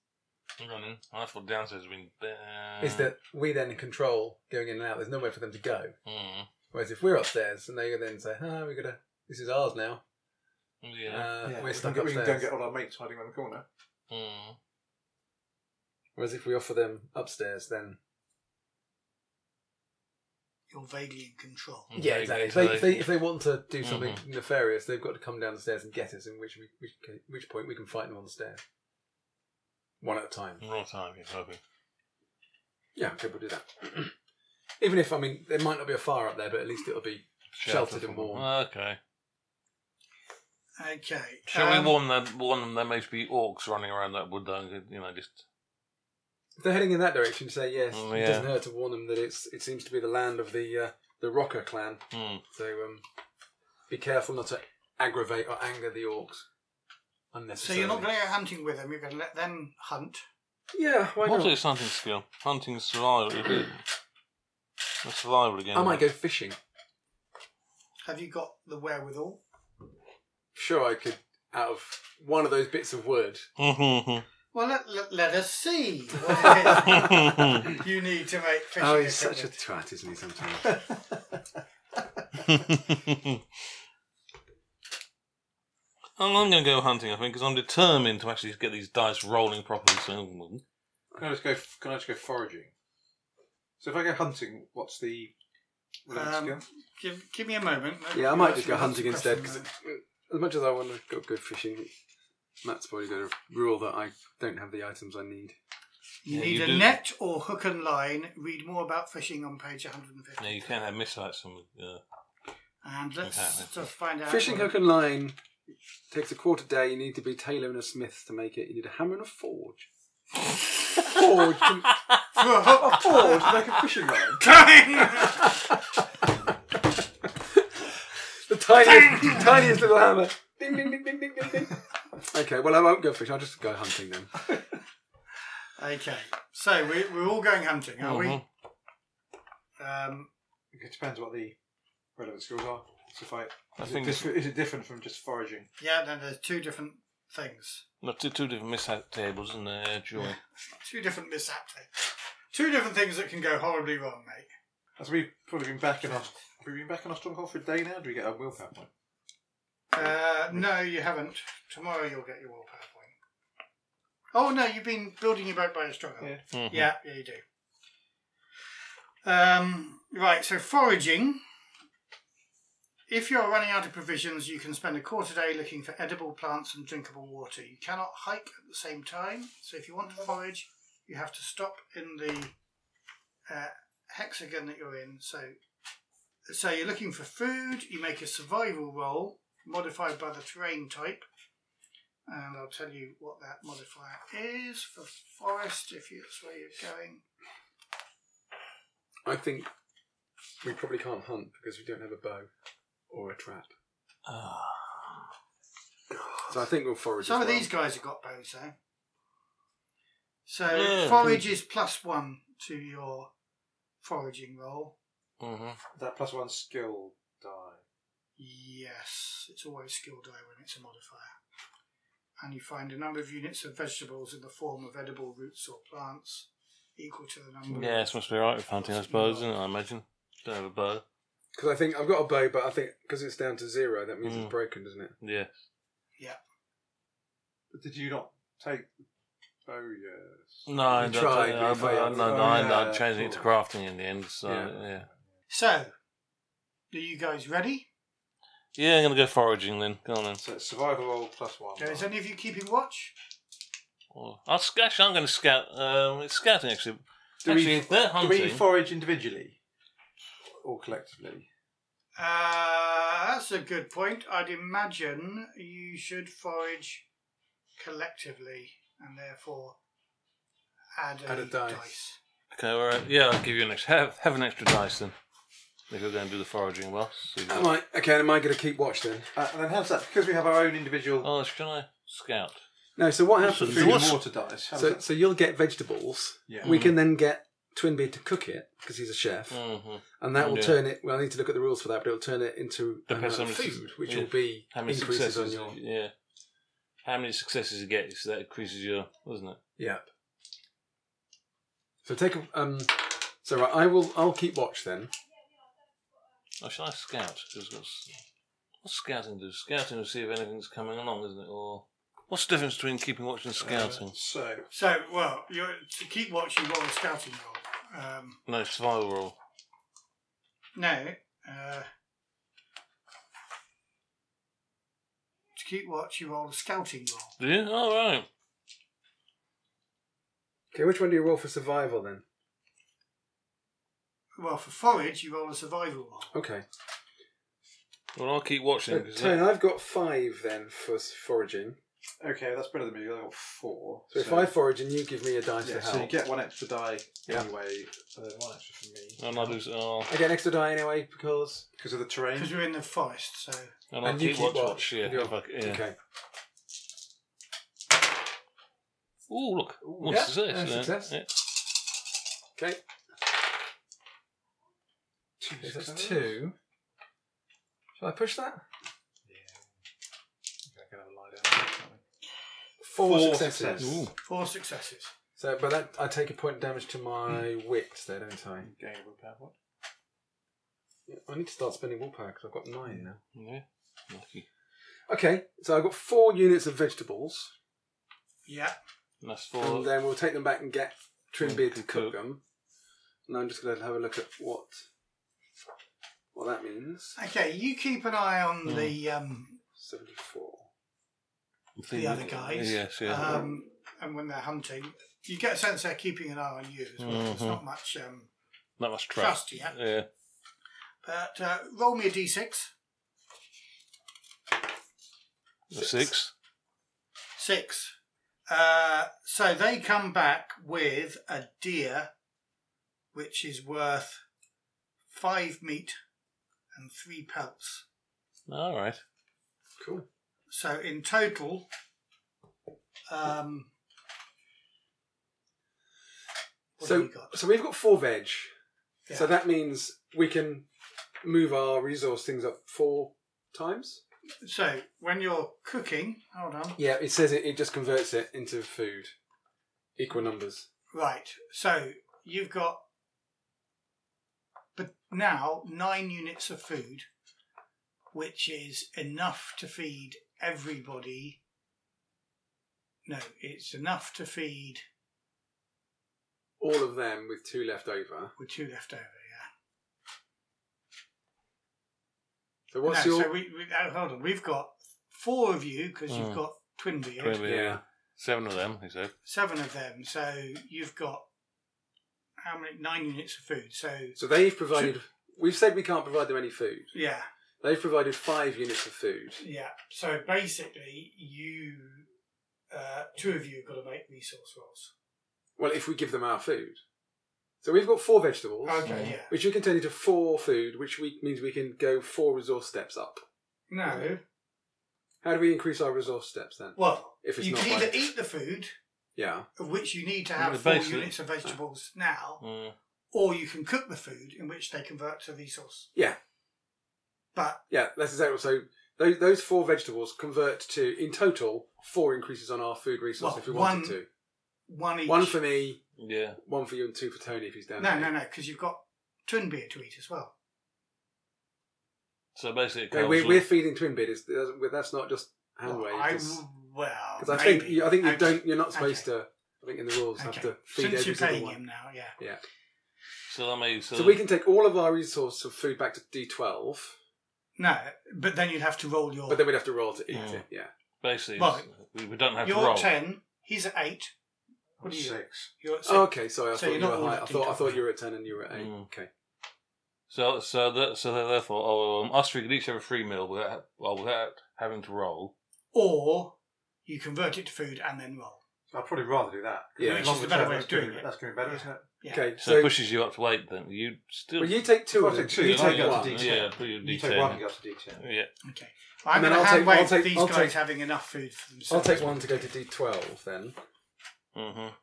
hang on then. I thought downstairs has been better. is that we then control going in and out. There's nowhere for them to go. Mm. Whereas if we're upstairs and they then say, "Ah, we gotta. This is ours now. Yeah. Uh, Yeah, we're we stuck don't get- We don't upstairs." get all our mates hiding around the corner. Uh, mm. Whereas if we offer them upstairs, then you're vaguely in control. Mm-hmm. yeah, Vaguely, exactly. Mm-hmm. If so they, if they if they want to do something Mhm. nefarious, they've got to come down the stairs and get us. In which we, which ca- which point we can fight them on the stairs, one at a time. Wrong time, yes, hoping. Yeah, okay, we'll do that. Even if I mean, there might not be a fire up there, but at least it'll be Sheltered and warm. Oh, Okay. Okay. Shall um, we warn them? Warn them there may be orcs running around that wood. Though, you know, just if they're heading in that direction. Say yes. Mm, It yeah. doesn't hurt to warn them that it's it seems to be the land of the uh, the Rocker clan. mm. So um, be careful not to aggravate or anger the orcs So unnecessarily. you're not going to go hunting with them. You're going to let them hunt. Yeah, why What not? is hunting skill? Hunting survival. a survival again. I might go fishing. Have you got the wherewithal? Sure, I could out of one of those bits of wood. go. Well, let, let, let us see what it is you need to make fishing. oh, he's such a equipment. twat, isn't he? Sometimes. I'm, I'm going to go hunting, I think, because I'm determined to actually get these dice rolling properly. So, Can I just go? Can I just go foraging? So if I go hunting, what's the related Um, skill? give, give me a moment. Let yeah, I me might ask just you go lots of hunting instead because questions. as much as I want to go good fishing, Matt's probably going to rule that I don't have the items I need. you Yeah, need you a do. net or hook and line. Read more about fishing on page 150. yeah, you can have mislights and uh, And let's Exactly. just find out. Fishing what- hook and line takes a quarter day. You need to be a tailor and a smith to make it. You need a hammer and a forge. forge. can- For a hook. A forge, like a fishing line. The tiniest, tiniest little hammer. Ding, ding, ding, ding, ding, ding, ding. Okay, well, I won't go fishing. I'll just go hunting then. Okay. So we, we're all going hunting, are Mhm. we? Mm-hmm. Um, It depends what the relevant skills are. So if I, I is, think it dis- is it different from just foraging? yeah, no, there's two different things. no, two, two different mishap tables, isn't there? Yeah, Joy. Two different mishaps. eh? Two different things that can go horribly wrong, mate. As we've probably been back in our, we've been back in our stronghold for a day now. Do we get our willpower point? Uh, no, you haven't. Tomorrow you'll get your willpower point. Mm-hmm. Oh no, you've been building your boat by a struggle. Yeah. yeah, yeah, you do. Um, right, so foraging. If you're running out of provisions, you can spend a quarter day looking for edible plants and drinkable water. You cannot hike at the same time, so if you want to forage, you have to stop in the uh, hexagon that you're in. So, so you're looking for food. You make a survival roll modified by the terrain type, and I'll tell you what that modifier is for forest. If you, that's where you're going, I think we probably can't hunt because we don't have a bow or a trap. Ah. So I think we'll forage. some as of well. these guys have got bows though. So Yeah. forage is plus one to your foraging roll. hmm That plus one skill die. Yes, it's always skill die when it's a modifier. And you find a number of units of vegetables in the form of edible roots or plants equal to the number. Yeah, it's must be right with hunting, I suppose, isn't it? I imagine. Don't have a bow. Because I think I've got a bow, but I think because it's down to zero, that means Mm. it's broken, doesn't it? Yeah. But did you not take? Oh yes. No, I You don't- tried, I, I, but you I, failed. no, Oh, no, I, yeah. I changed it to crafting in the end. So Yeah. yeah, So, are you guys ready? yeah, I'm gonna go foraging then. Go on then. So it's survival roll plus one. Okay, is any of you keeping watch? Well, I'll sc- actually, I'm going to scout. Um, it's scouting actually. Do actually, we- if they're Do hunting. we forage individually or collectively? Uh, that's a good point. I'd imagine you should forage collectively and therefore add a, Add a dice. dice. Okay, all right. Yeah, I'll give you an extra. Have, have an extra dice then. If you're going to do the foraging, well, see if you- Am I okay? Am I going to keep watch then? Uh, and then how's that? Because we have our own individual oh, shall I scout? No. So what happens? food So and what's- water dice. How's So, that? so you'll get vegetables. Yeah. We can then get Twinbee to cook it because he's a chef, hmm and that will Yeah. turn it. Well, I need to look at the rules for that, but it'll turn it into an Depends amount how of many- food, which yeah. will be How many increases on successes? your. Yeah. How many successes you get? So that increases your, doesn't it? Yeah. So take a um. So right, I will. I'll keep watch then. Oh, shall I scout? 'Cause what's, what's scouting do? Scouting will see if anything's coming along, isn't it? Or what's the difference between keeping watch and scouting? Uh, so So, well, you're, to keep watch, you roll a scouting roll. Um, no, survival roll. No. Uh, to keep watch, you roll a scouting roll. Do you? All right. Okay, which one do you roll for survival then? Well, for forage, you roll a survival roll. Okay. Well, I'll keep watching. So, 'cause Tony, that- I've got five then for s- foraging. okay, that's better than me. I got four. So, if I forage and you give me a dice yeah, to help, so you get one extra die Yeah. anyway. So there's one extra from me. and I'll do. s- Oh, I get an extra die anyway because. because of the terrain. Because you're in the forest, so. and I'll And you keep, keep watch. watch. watch, Yeah. You're- if I c- yeah. Okay. Oh, look. What's yeah, uh, this? Yeah, success. yeah. Okay. Two So that's successes. two. Shall I push that? Okay, I can have a lie down. can't I? Four, Four successes. success. Ooh. Four successes. So, but that I take a point damage to my wits there, don't I? Gain of willpower. What? I need to start spending willpower because I've got nine now. Yeah. Lucky. Okay, so I've got four units of vegetables, Yeah. And that's for. and uh, then we'll take them back and get Trimbeard to Cook. cook them. And I'm just going to have a look at what what that means. Okay, you keep an eye on Hmm. the um, Seventy-four. the other guys. Yes, yeah. Um, and when they're hunting, you get a sense they're keeping an eye on you as well. There's Mhm. Mm-hmm. not much um, Not much trust. trust yet. Yeah. But uh, roll me a d6. A six. Six. Uh, so they come back with a deer, which is worth five meat and three pelts. All right. Cool. So in total, um, what have So, you got? so we've got four veg. Yeah. So that means we can move our resource things up four times. So when you're cooking, hold on. Yeah, it says it, it just converts it into food, equal numbers. Right. So you've got, but now nine units of food, which is enough to feed everybody. No, it's enough to feed all of them with two left over. with two left over. Yeah. So what's no, your So we, we oh, hold on. We've got four of you because Mm. you've got twin beard. Twin beard. yeah? Seven of them, he said. Seven of them. So you've got how many? Nine units of food. So So they've provided. We've said we can't provide them any food. yeah, They've provided five units of food. yeah. So basically, you uh, two of you have got to make resource rolls. Well, if we give them our food, so we've got four vegetables, Okay. Yeah. which we can turn into four food, which we, means we can go four resource steps up. No. How do we increase our resource steps then? Well, If it's you not can either right. eat the food, Yeah. of which you need to Well, have the four basic- units of vegetables now, Mm. or you can cook the food, in which they convert to resource. Yeah. But Yeah, that's exactly what- so. Those, those four vegetables convert to, in total, four increases on our food resource Well, if we wanted one to. one each. One for me, Yeah. one for you, and two for Tony if he's down No, there. no, no, because you've got twin beer to eat as well. So basically, it Okay, covers we're, all- we're feeding twin bit. It's, that's not just hand Well, wave. I Oh, it's- well, Because I maybe. think you, I think you Okay. don't. You're not supposed Okay. to. I think in the rules have to Okay. feed Since every you're single paying one. him now, yeah. Yeah. So that means so, So we can take all of our resource of food back to D12, No, but then you'd have to roll your but then we'd have to roll to eat Mm. it. Yeah. basically Well, we, we don't have to you're roll. at ten. He's at eight. What are you? Six. You're at six. Oh, okay. Sorry, I So thought you're you were not all high. at I thought I D12. thought you were at ten and you were at eight. Mm. Okay. So so that so that therefore, oh, um, us three could each have a free meal without well without having to roll. Or you convert it to food and then roll. I'd probably rather do that. 'cause Yeah. longer Which is the better term, way of that's gonna doing be- it. That's going to be better, Yeah. isn't it? Yeah. Okay. So, So, it pushes you up to eight. Then you still. well, you take two I'll of them. take two. You then I take go one. to D10. Yeah, put your You D10. take one, you go to D10. Yeah. Okay. Well, I'm And then going to I'll hand take- wave I'll take- these I'll guys take- having enough food for I'll themselves. take one to go to D12 then, Mhm.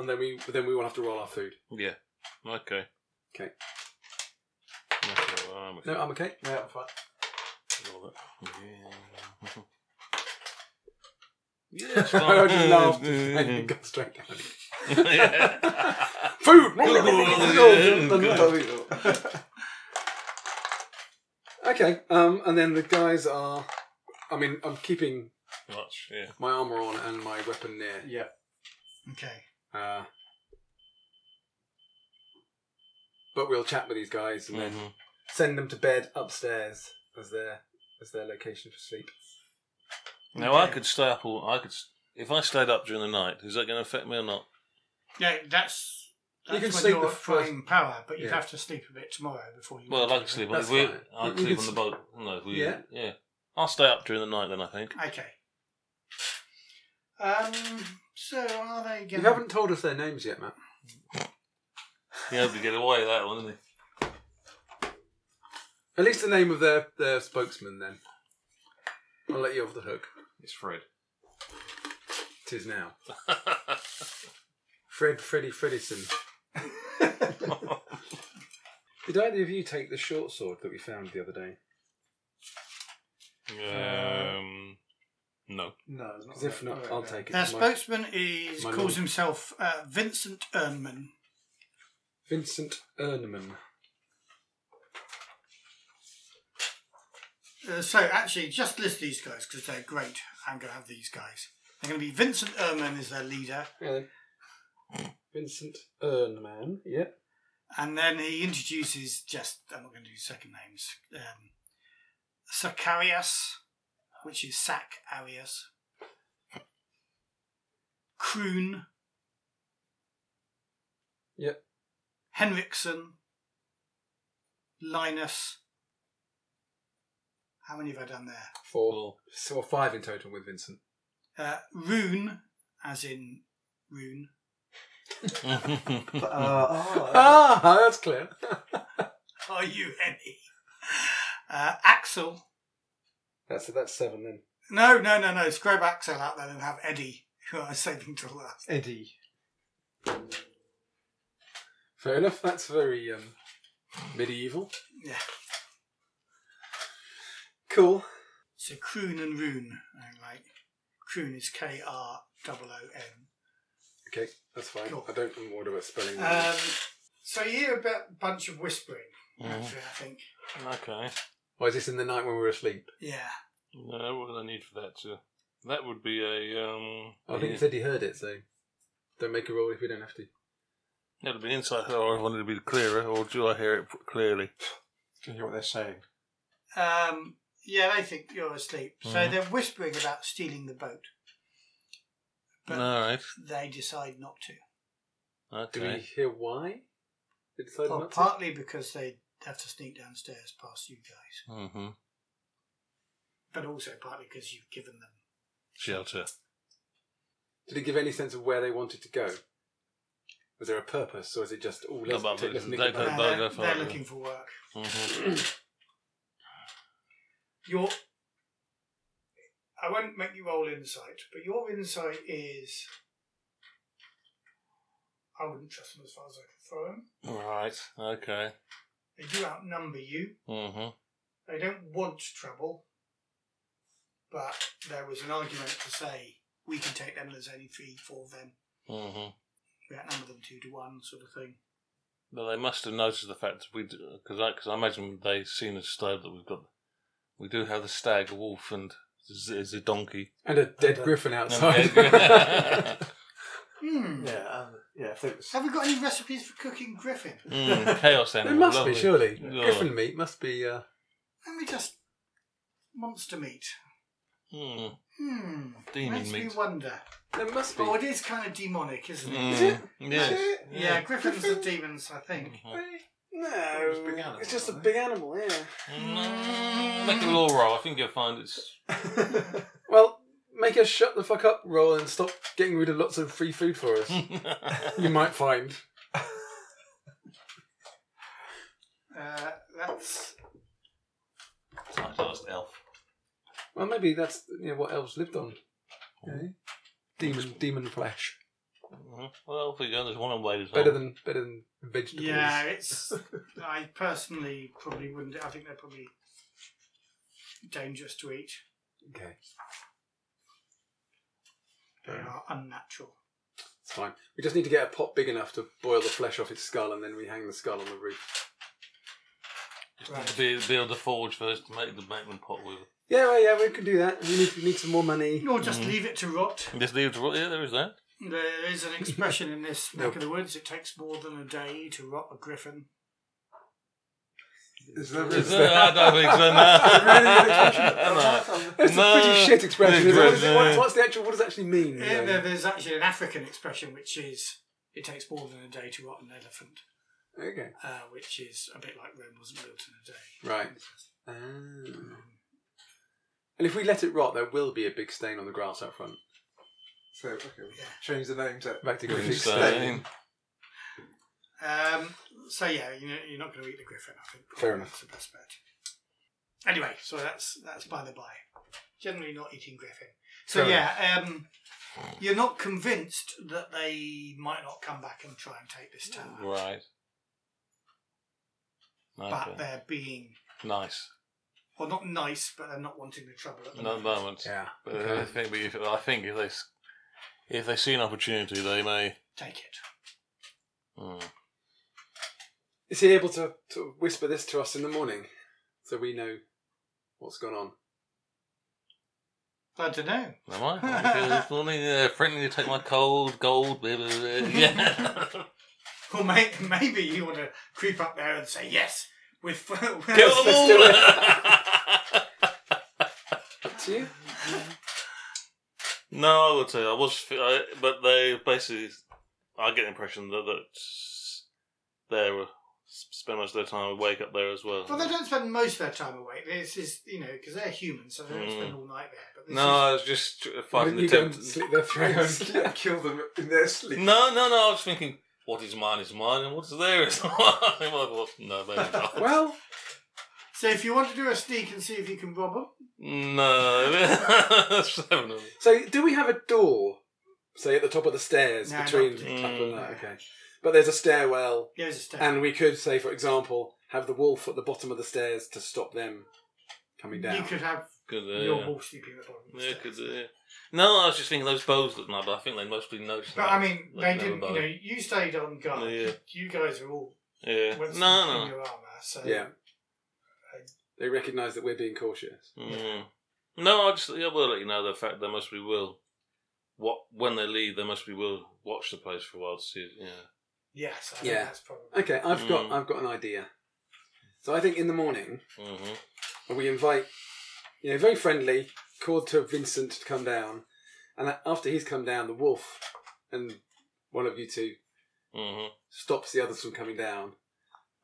and then we then we will have to roll our food. Yeah. Okay. Okay. Okay, well, I'm okay. No, I'm okay. Yeah, I'm fine. Roll it. Yeah. Yeah, it's fine. I just laughed and got straight down. Yeah. Food. Oh, okay. Um, and then the guys are. I mean, I'm keeping Much, yeah. my armor on and my weapon near. Yeah. Okay. Uh, but we'll chat with these guys and then Mhm. send them to bed upstairs as their as their location for sleep. Now I Okay. could stay up all. I could s- if I stayed up during the night. Is that going to affect me or not? Yeah, that's. You That's can when sleep you're the at first- prime power, but you'd Yeah. have to sleep a bit tomorrow before you. Well, I'd went like bed. to sleep on. That's We, fine. I'd You could sleep on the boat. No, we, Yeah. yeah. I'll stay up during the night then. I think. Okay. Um. So are they You going? haven't told us their names yet, Matt. He had to get away with that one, didn't At least the name of their their spokesman. Then I'll let you off the hook. he? It's Fred. Tis now. Fred Freddy Fredison. Did either of you take the short sword that we found the other day? Um, no. No, it's not. Because if not, I'll take it. Their It's my- spokesman is my calls lord. himself uh, Vincent Ernman. Vincent Erneman. Uh, so actually, just list these guys because they're great. I'm going to have these guys. They're going to be Vincent Ernman is their leader, Hello. Vincent Ernman. Yeah. and then he introduces just. I'm not going to do second names. Um, Sacarius, which is Sac Arius. Kroon. Yep. Henriksen. Linus. How many have I done there? Four. Well, So five in total with Vincent. Uh, Rune, as in Rune. uh, oh, Ah, that's clear. Are you any? Uh, Axel. that's that's seven then. No, no, no, no. Scrub Axel out there and have Eddie, who I was saving till last. Eddie. Fair enough. That's very um, medieval. Yeah. Cool. So Croon and Rune. I like. Croon is K R O O N. Okay, that's fine. Cool. I don't know what about spelling. Um, so you hear a bit- bunch of whispering, Mhm. actually, I think. okay. Why is this in the night when we were asleep? Yeah. No, what would I need for that? To, that would be a. Um, I think you yeah. said you heard it, so don't make a roll if you don't have to. It would have been inside or I wanted to be clearer, or do I hear it p- clearly? Can you hear what they're saying? Um, yeah, they think you're asleep. So Mhm. they're whispering about stealing the boat. But- All right. They decide not to. Do we Okay. hear why? They decided Well, not to? partly because they have to sneak downstairs past you guys, Mm-hmm. but also partly because you've given them. Shelter. Did it give any sense of where they wanted to go? Was there a purpose, or is it just all let's, Above take- it. let's nick They the boat? put- Uh, bugger they're, for they're it, yeah. looking for work. Mm-hmm. Your, I won't make you roll insight, but your insight is. I wouldn't trust them as far as I can throw them. Right. Okay. They do outnumber you. Mm-hmm. They don't want trouble, but there was an argument to say we can take them. There's only three, four of them. Mm-hmm. We outnumber them two to one, sort of thing. But they must have noticed the fact that we, because I, cause I imagine they've seen us stove that we've got. We do have the stag, a wolf, and z- is a donkey. And a dead griffin outside. Hmm. Yeah, um, yeah. If it was, Have we got any recipes for cooking griffin? mm, chaos there animal. must lovely. be, surely. Yeah. Griffin meat must be. Uh, Let me just monster meat. Mm, Hmm. Demon Makes me meat. wonder. there must be. Oh, it is kind of demonic, isn't it? mm, it? Yeah. Yeah, griffins are demons, I think. Or just big animal, aren't they? animal, yeah. Mm, Make a law roll. I think you'll find it's. Well, make us shut the fuck up roll and stop getting rid of lots of free food for Hmm. us. you might find. Uh, that's Last elf. Well, maybe that's you know, what elves lived on. Hmm. eh? Demon, demon flesh. Mhm. Well, if we go, there's one on way as well. Better than better than vegetables. yeah. It's I personally probably wouldn't. I think they're probably dangerous to eat. Okay, They are unnatural. it's fine. We just need to get a pot big enough to boil the flesh off its skull, and then we hang the skull on the roof. Right. To build, build a forge first to make the Maitland pot with. Yeah, well, yeah, we could do that. We need we need some more money. Or Mm. just leave it to rot. Just leave it. Yeah, there is that. There is an expression in this neck of the woods. It takes more than a day to rot a griffin. is there Is is there- I don't think so. No. That's No. a pretty shit expression. Big What is it, red, what, yeah. what's the actual? What does it actually mean? Yeah, you know? there- there's actually an African expression which is it takes more than a day to rot an elephant, Okay. uh, which is a bit like Rome wasn't built in a day. Right. Ah. And if we let it rot, there will be a big stain on the grass out front. So okay, we change the name to Back to Green Griffin. stain. Um, so yeah, you know, you're not going to eat the griffin. I think Fair enough. That's the best bet. Anyway, so that's that's by the by. Generally, not eating griffin. So Fair yeah, um, you're not convinced that they might not come back and try and take this tower, Right. but Okay. they're being Nice. well, not nice, but they're not wanting the trouble at the Not at the moment. Yeah. But uh, I think we- if, I think if they s- if they see an opportunity, they may. Take it. Mm. Is he able to, to whisper this to us in the morning so we know what's gone on? I don't know. Am I? Okay, this morning, uh, threatening to take my cold gold. blah, blah, blah. Yeah. Well, may- maybe you want to creep up there and say yes with. Kill them Let's do all. To you? no, I would say I was, I, but they basically. I get the impression that that they were- spend most of their time awake up there as well. Well, they don't spend most of their time awake. This is, you know, because they're humans, so they don't Mm. spend all night there. But this No, I was just tr- uh, fighting the you go and tempt. slit their throats. Kill- Kill them in their sleep. No, no, no. I was thinking, what is mine is mine, and what's there is mine. Well, well, no, maybe not. well, is- so if you want to do a sneak and see if you can rob them, No, seven of them. so do we have a door, say, at the top of the stairs No, between. not particularly. Mm, okay. But there's a stairwell, there's a step. and we could, say, for example, have the wolf at the bottom of the stairs to stop them coming down. you could have Good, uh, your wolf sleeping at the bottom. Of the yeah, stairs. good, uh, No, I was just thinking those bows look nice, but I think they mostly noticed But that. I mean, they Like never didn't. You bothered. know, you stayed on guard. Yeah. You guys are all yeah. went in No, your armor, so Yeah. They recognise that we're being cautious. no. Mm. No, I just I will let you know the fact they must be will. What when they leave, they must be will watch the place for a while to see. Yeah. Yes, I Yeah. think that's probably. Okay, I've got Mm. I've got an idea. So I think in the morning hmm we invite, you know, very friendly, called to Vincent to come down, and a- after he's come down, the wolf and one of you two hmm stops the others from coming down.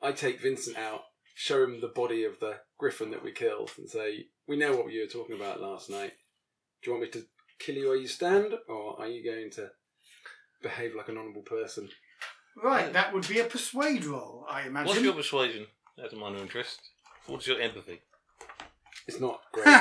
I take Vincent out, show him the body of the griffin that we killed, and say, "We know what you were talking about last night. Do you want me to kill you where you stand, or are you going to behave like an honourable person?" Right, that would be a persuade roll, I imagine. What's your persuasion? That's a minor interest. What's your empathy? It's not great. Uh,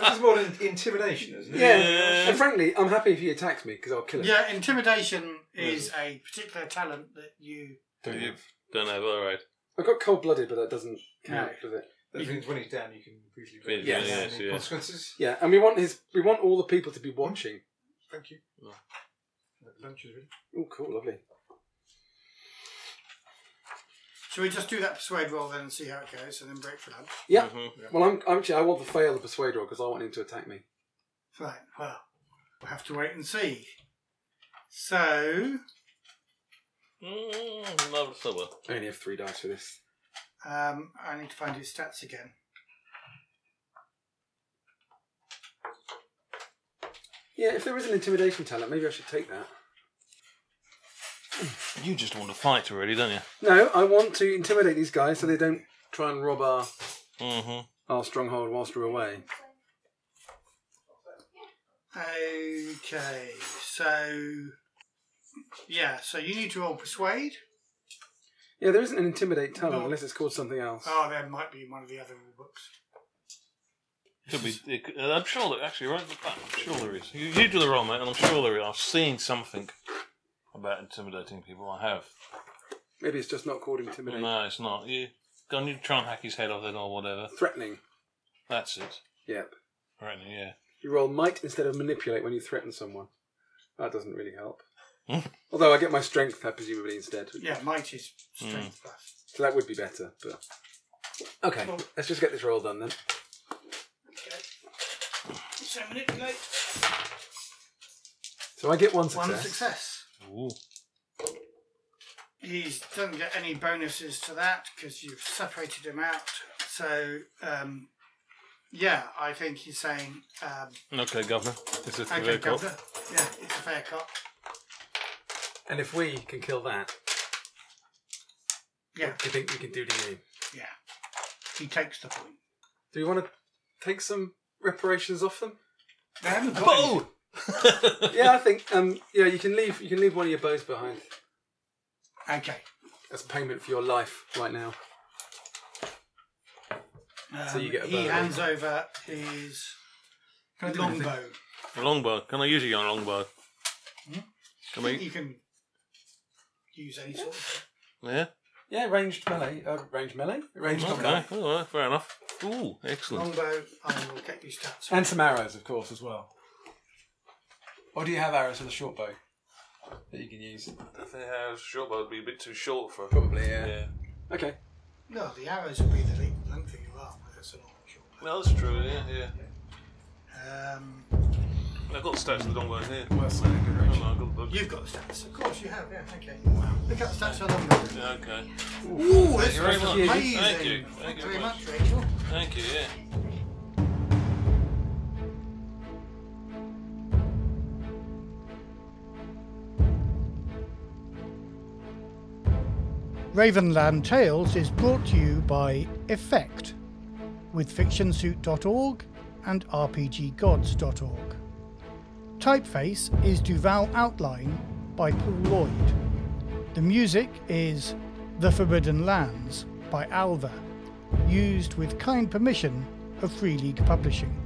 this is more in- intimidation, isn't it? Yeah. and frankly, I'm happy if he attacks me because I'll kill him. yeah, intimidation is a particular talent that you. Do you? Don't know. All right. I got cold blooded, but that doesn't count, does it? That means when he's down, you can briefly Yes, Yeah, yes, any yeah. consequences. Yeah, and we want his. We want all the people to be watching. Thank you. No. Lunch is ready. Oh, cool, lovely. Should we just do that persuade roll then and see how it goes, and then break for lunch? Yeah. Mhm. Well, I'm, I'm actually I want to fail the persuader because I want him to attack me. Right, well, we'll have to wait and see. So, Mm, no, it's not well. I only have three dice for this. um, I need to find his stats again. Yeah, if there is an intimidation talent, maybe I should take that. You just want to fight already, don't you? No, I want to intimidate these guys so they don't try and rob our, Mm-hmm. our stronghold whilst we're away. Okay, so. Yeah, so you need to roll persuade. Yeah, there isn't an intimidate talent unless it's called something else. Oh, there might be in one of the other rule books. Could be. it could- uh, I'm sure that actually, right at the back, I'm sure there is. You, you do the roll, mate, and I'm sure there is. I've seen something about intimidating people. I have. Maybe it's just not called intimidate. No, it's not. You go and you try and hack his head off then, or whatever. Threatening. That's it. Yep. Right. Yeah. You roll might instead of manipulate when you threaten someone. That doesn't really help. Hmm. Although I get my strength, uh, presumably instead, Yeah, might is strength plus. so that would be better. But okay, let's just get this roll done then. So manipulate. So I get one success. One success. Ooh. He doesn't get any bonuses to that because you've separated him out. So, um, yeah, I think he's saying, um, Okay, governor. This is okay, very cool. Governor. Yeah, it's a fair cop. And if we can kill that, Yeah, what do you think we can do to you? yeah. He takes the point. Do you want to take some reparations off them? They haven't got any- Boom! yeah, I think um, yeah, you can leave you can leave one of your bows behind Okay. as payment for your life right now. So you Um, get a he bow. hands over his longbow. longbow. Can I use a young longbow? Hmm? You Can we? can use any sort of Yeah. Yeah, ranged melee, uh, ranged melee, ranged Okay. All right. Fair enough. Ooh, excellent. longbow. I will get you stats. and some arrows, of course, as well. Or do you have arrows with a short bow that you can use? I think our short bow would be a bit too short for. Probably, yeah. Yeah. Okay. No, the arrows will be the le- length of your arm. That's an option. No, that's true. Yeah, yeah. Um, I've got stats of the longbow here. Well, that's not a good range. Oh, no, I've got the book. you've got the stats, of course you have. Yeah, okay. Wow. Look up the stats on longbow. Yeah, okay. Ooh, this you very was much. amazing. Thank you. Thank Thanks you very much. much, Rachel. Thank you. Yeah. Ravenland Tales is brought to you by Effect with fictionsuit.org and rpggods.org. Typeface is Duval Outline by Paul Lloyd. The music is The Forbidden Lands by Alva, used with kind permission of Free League Publishing.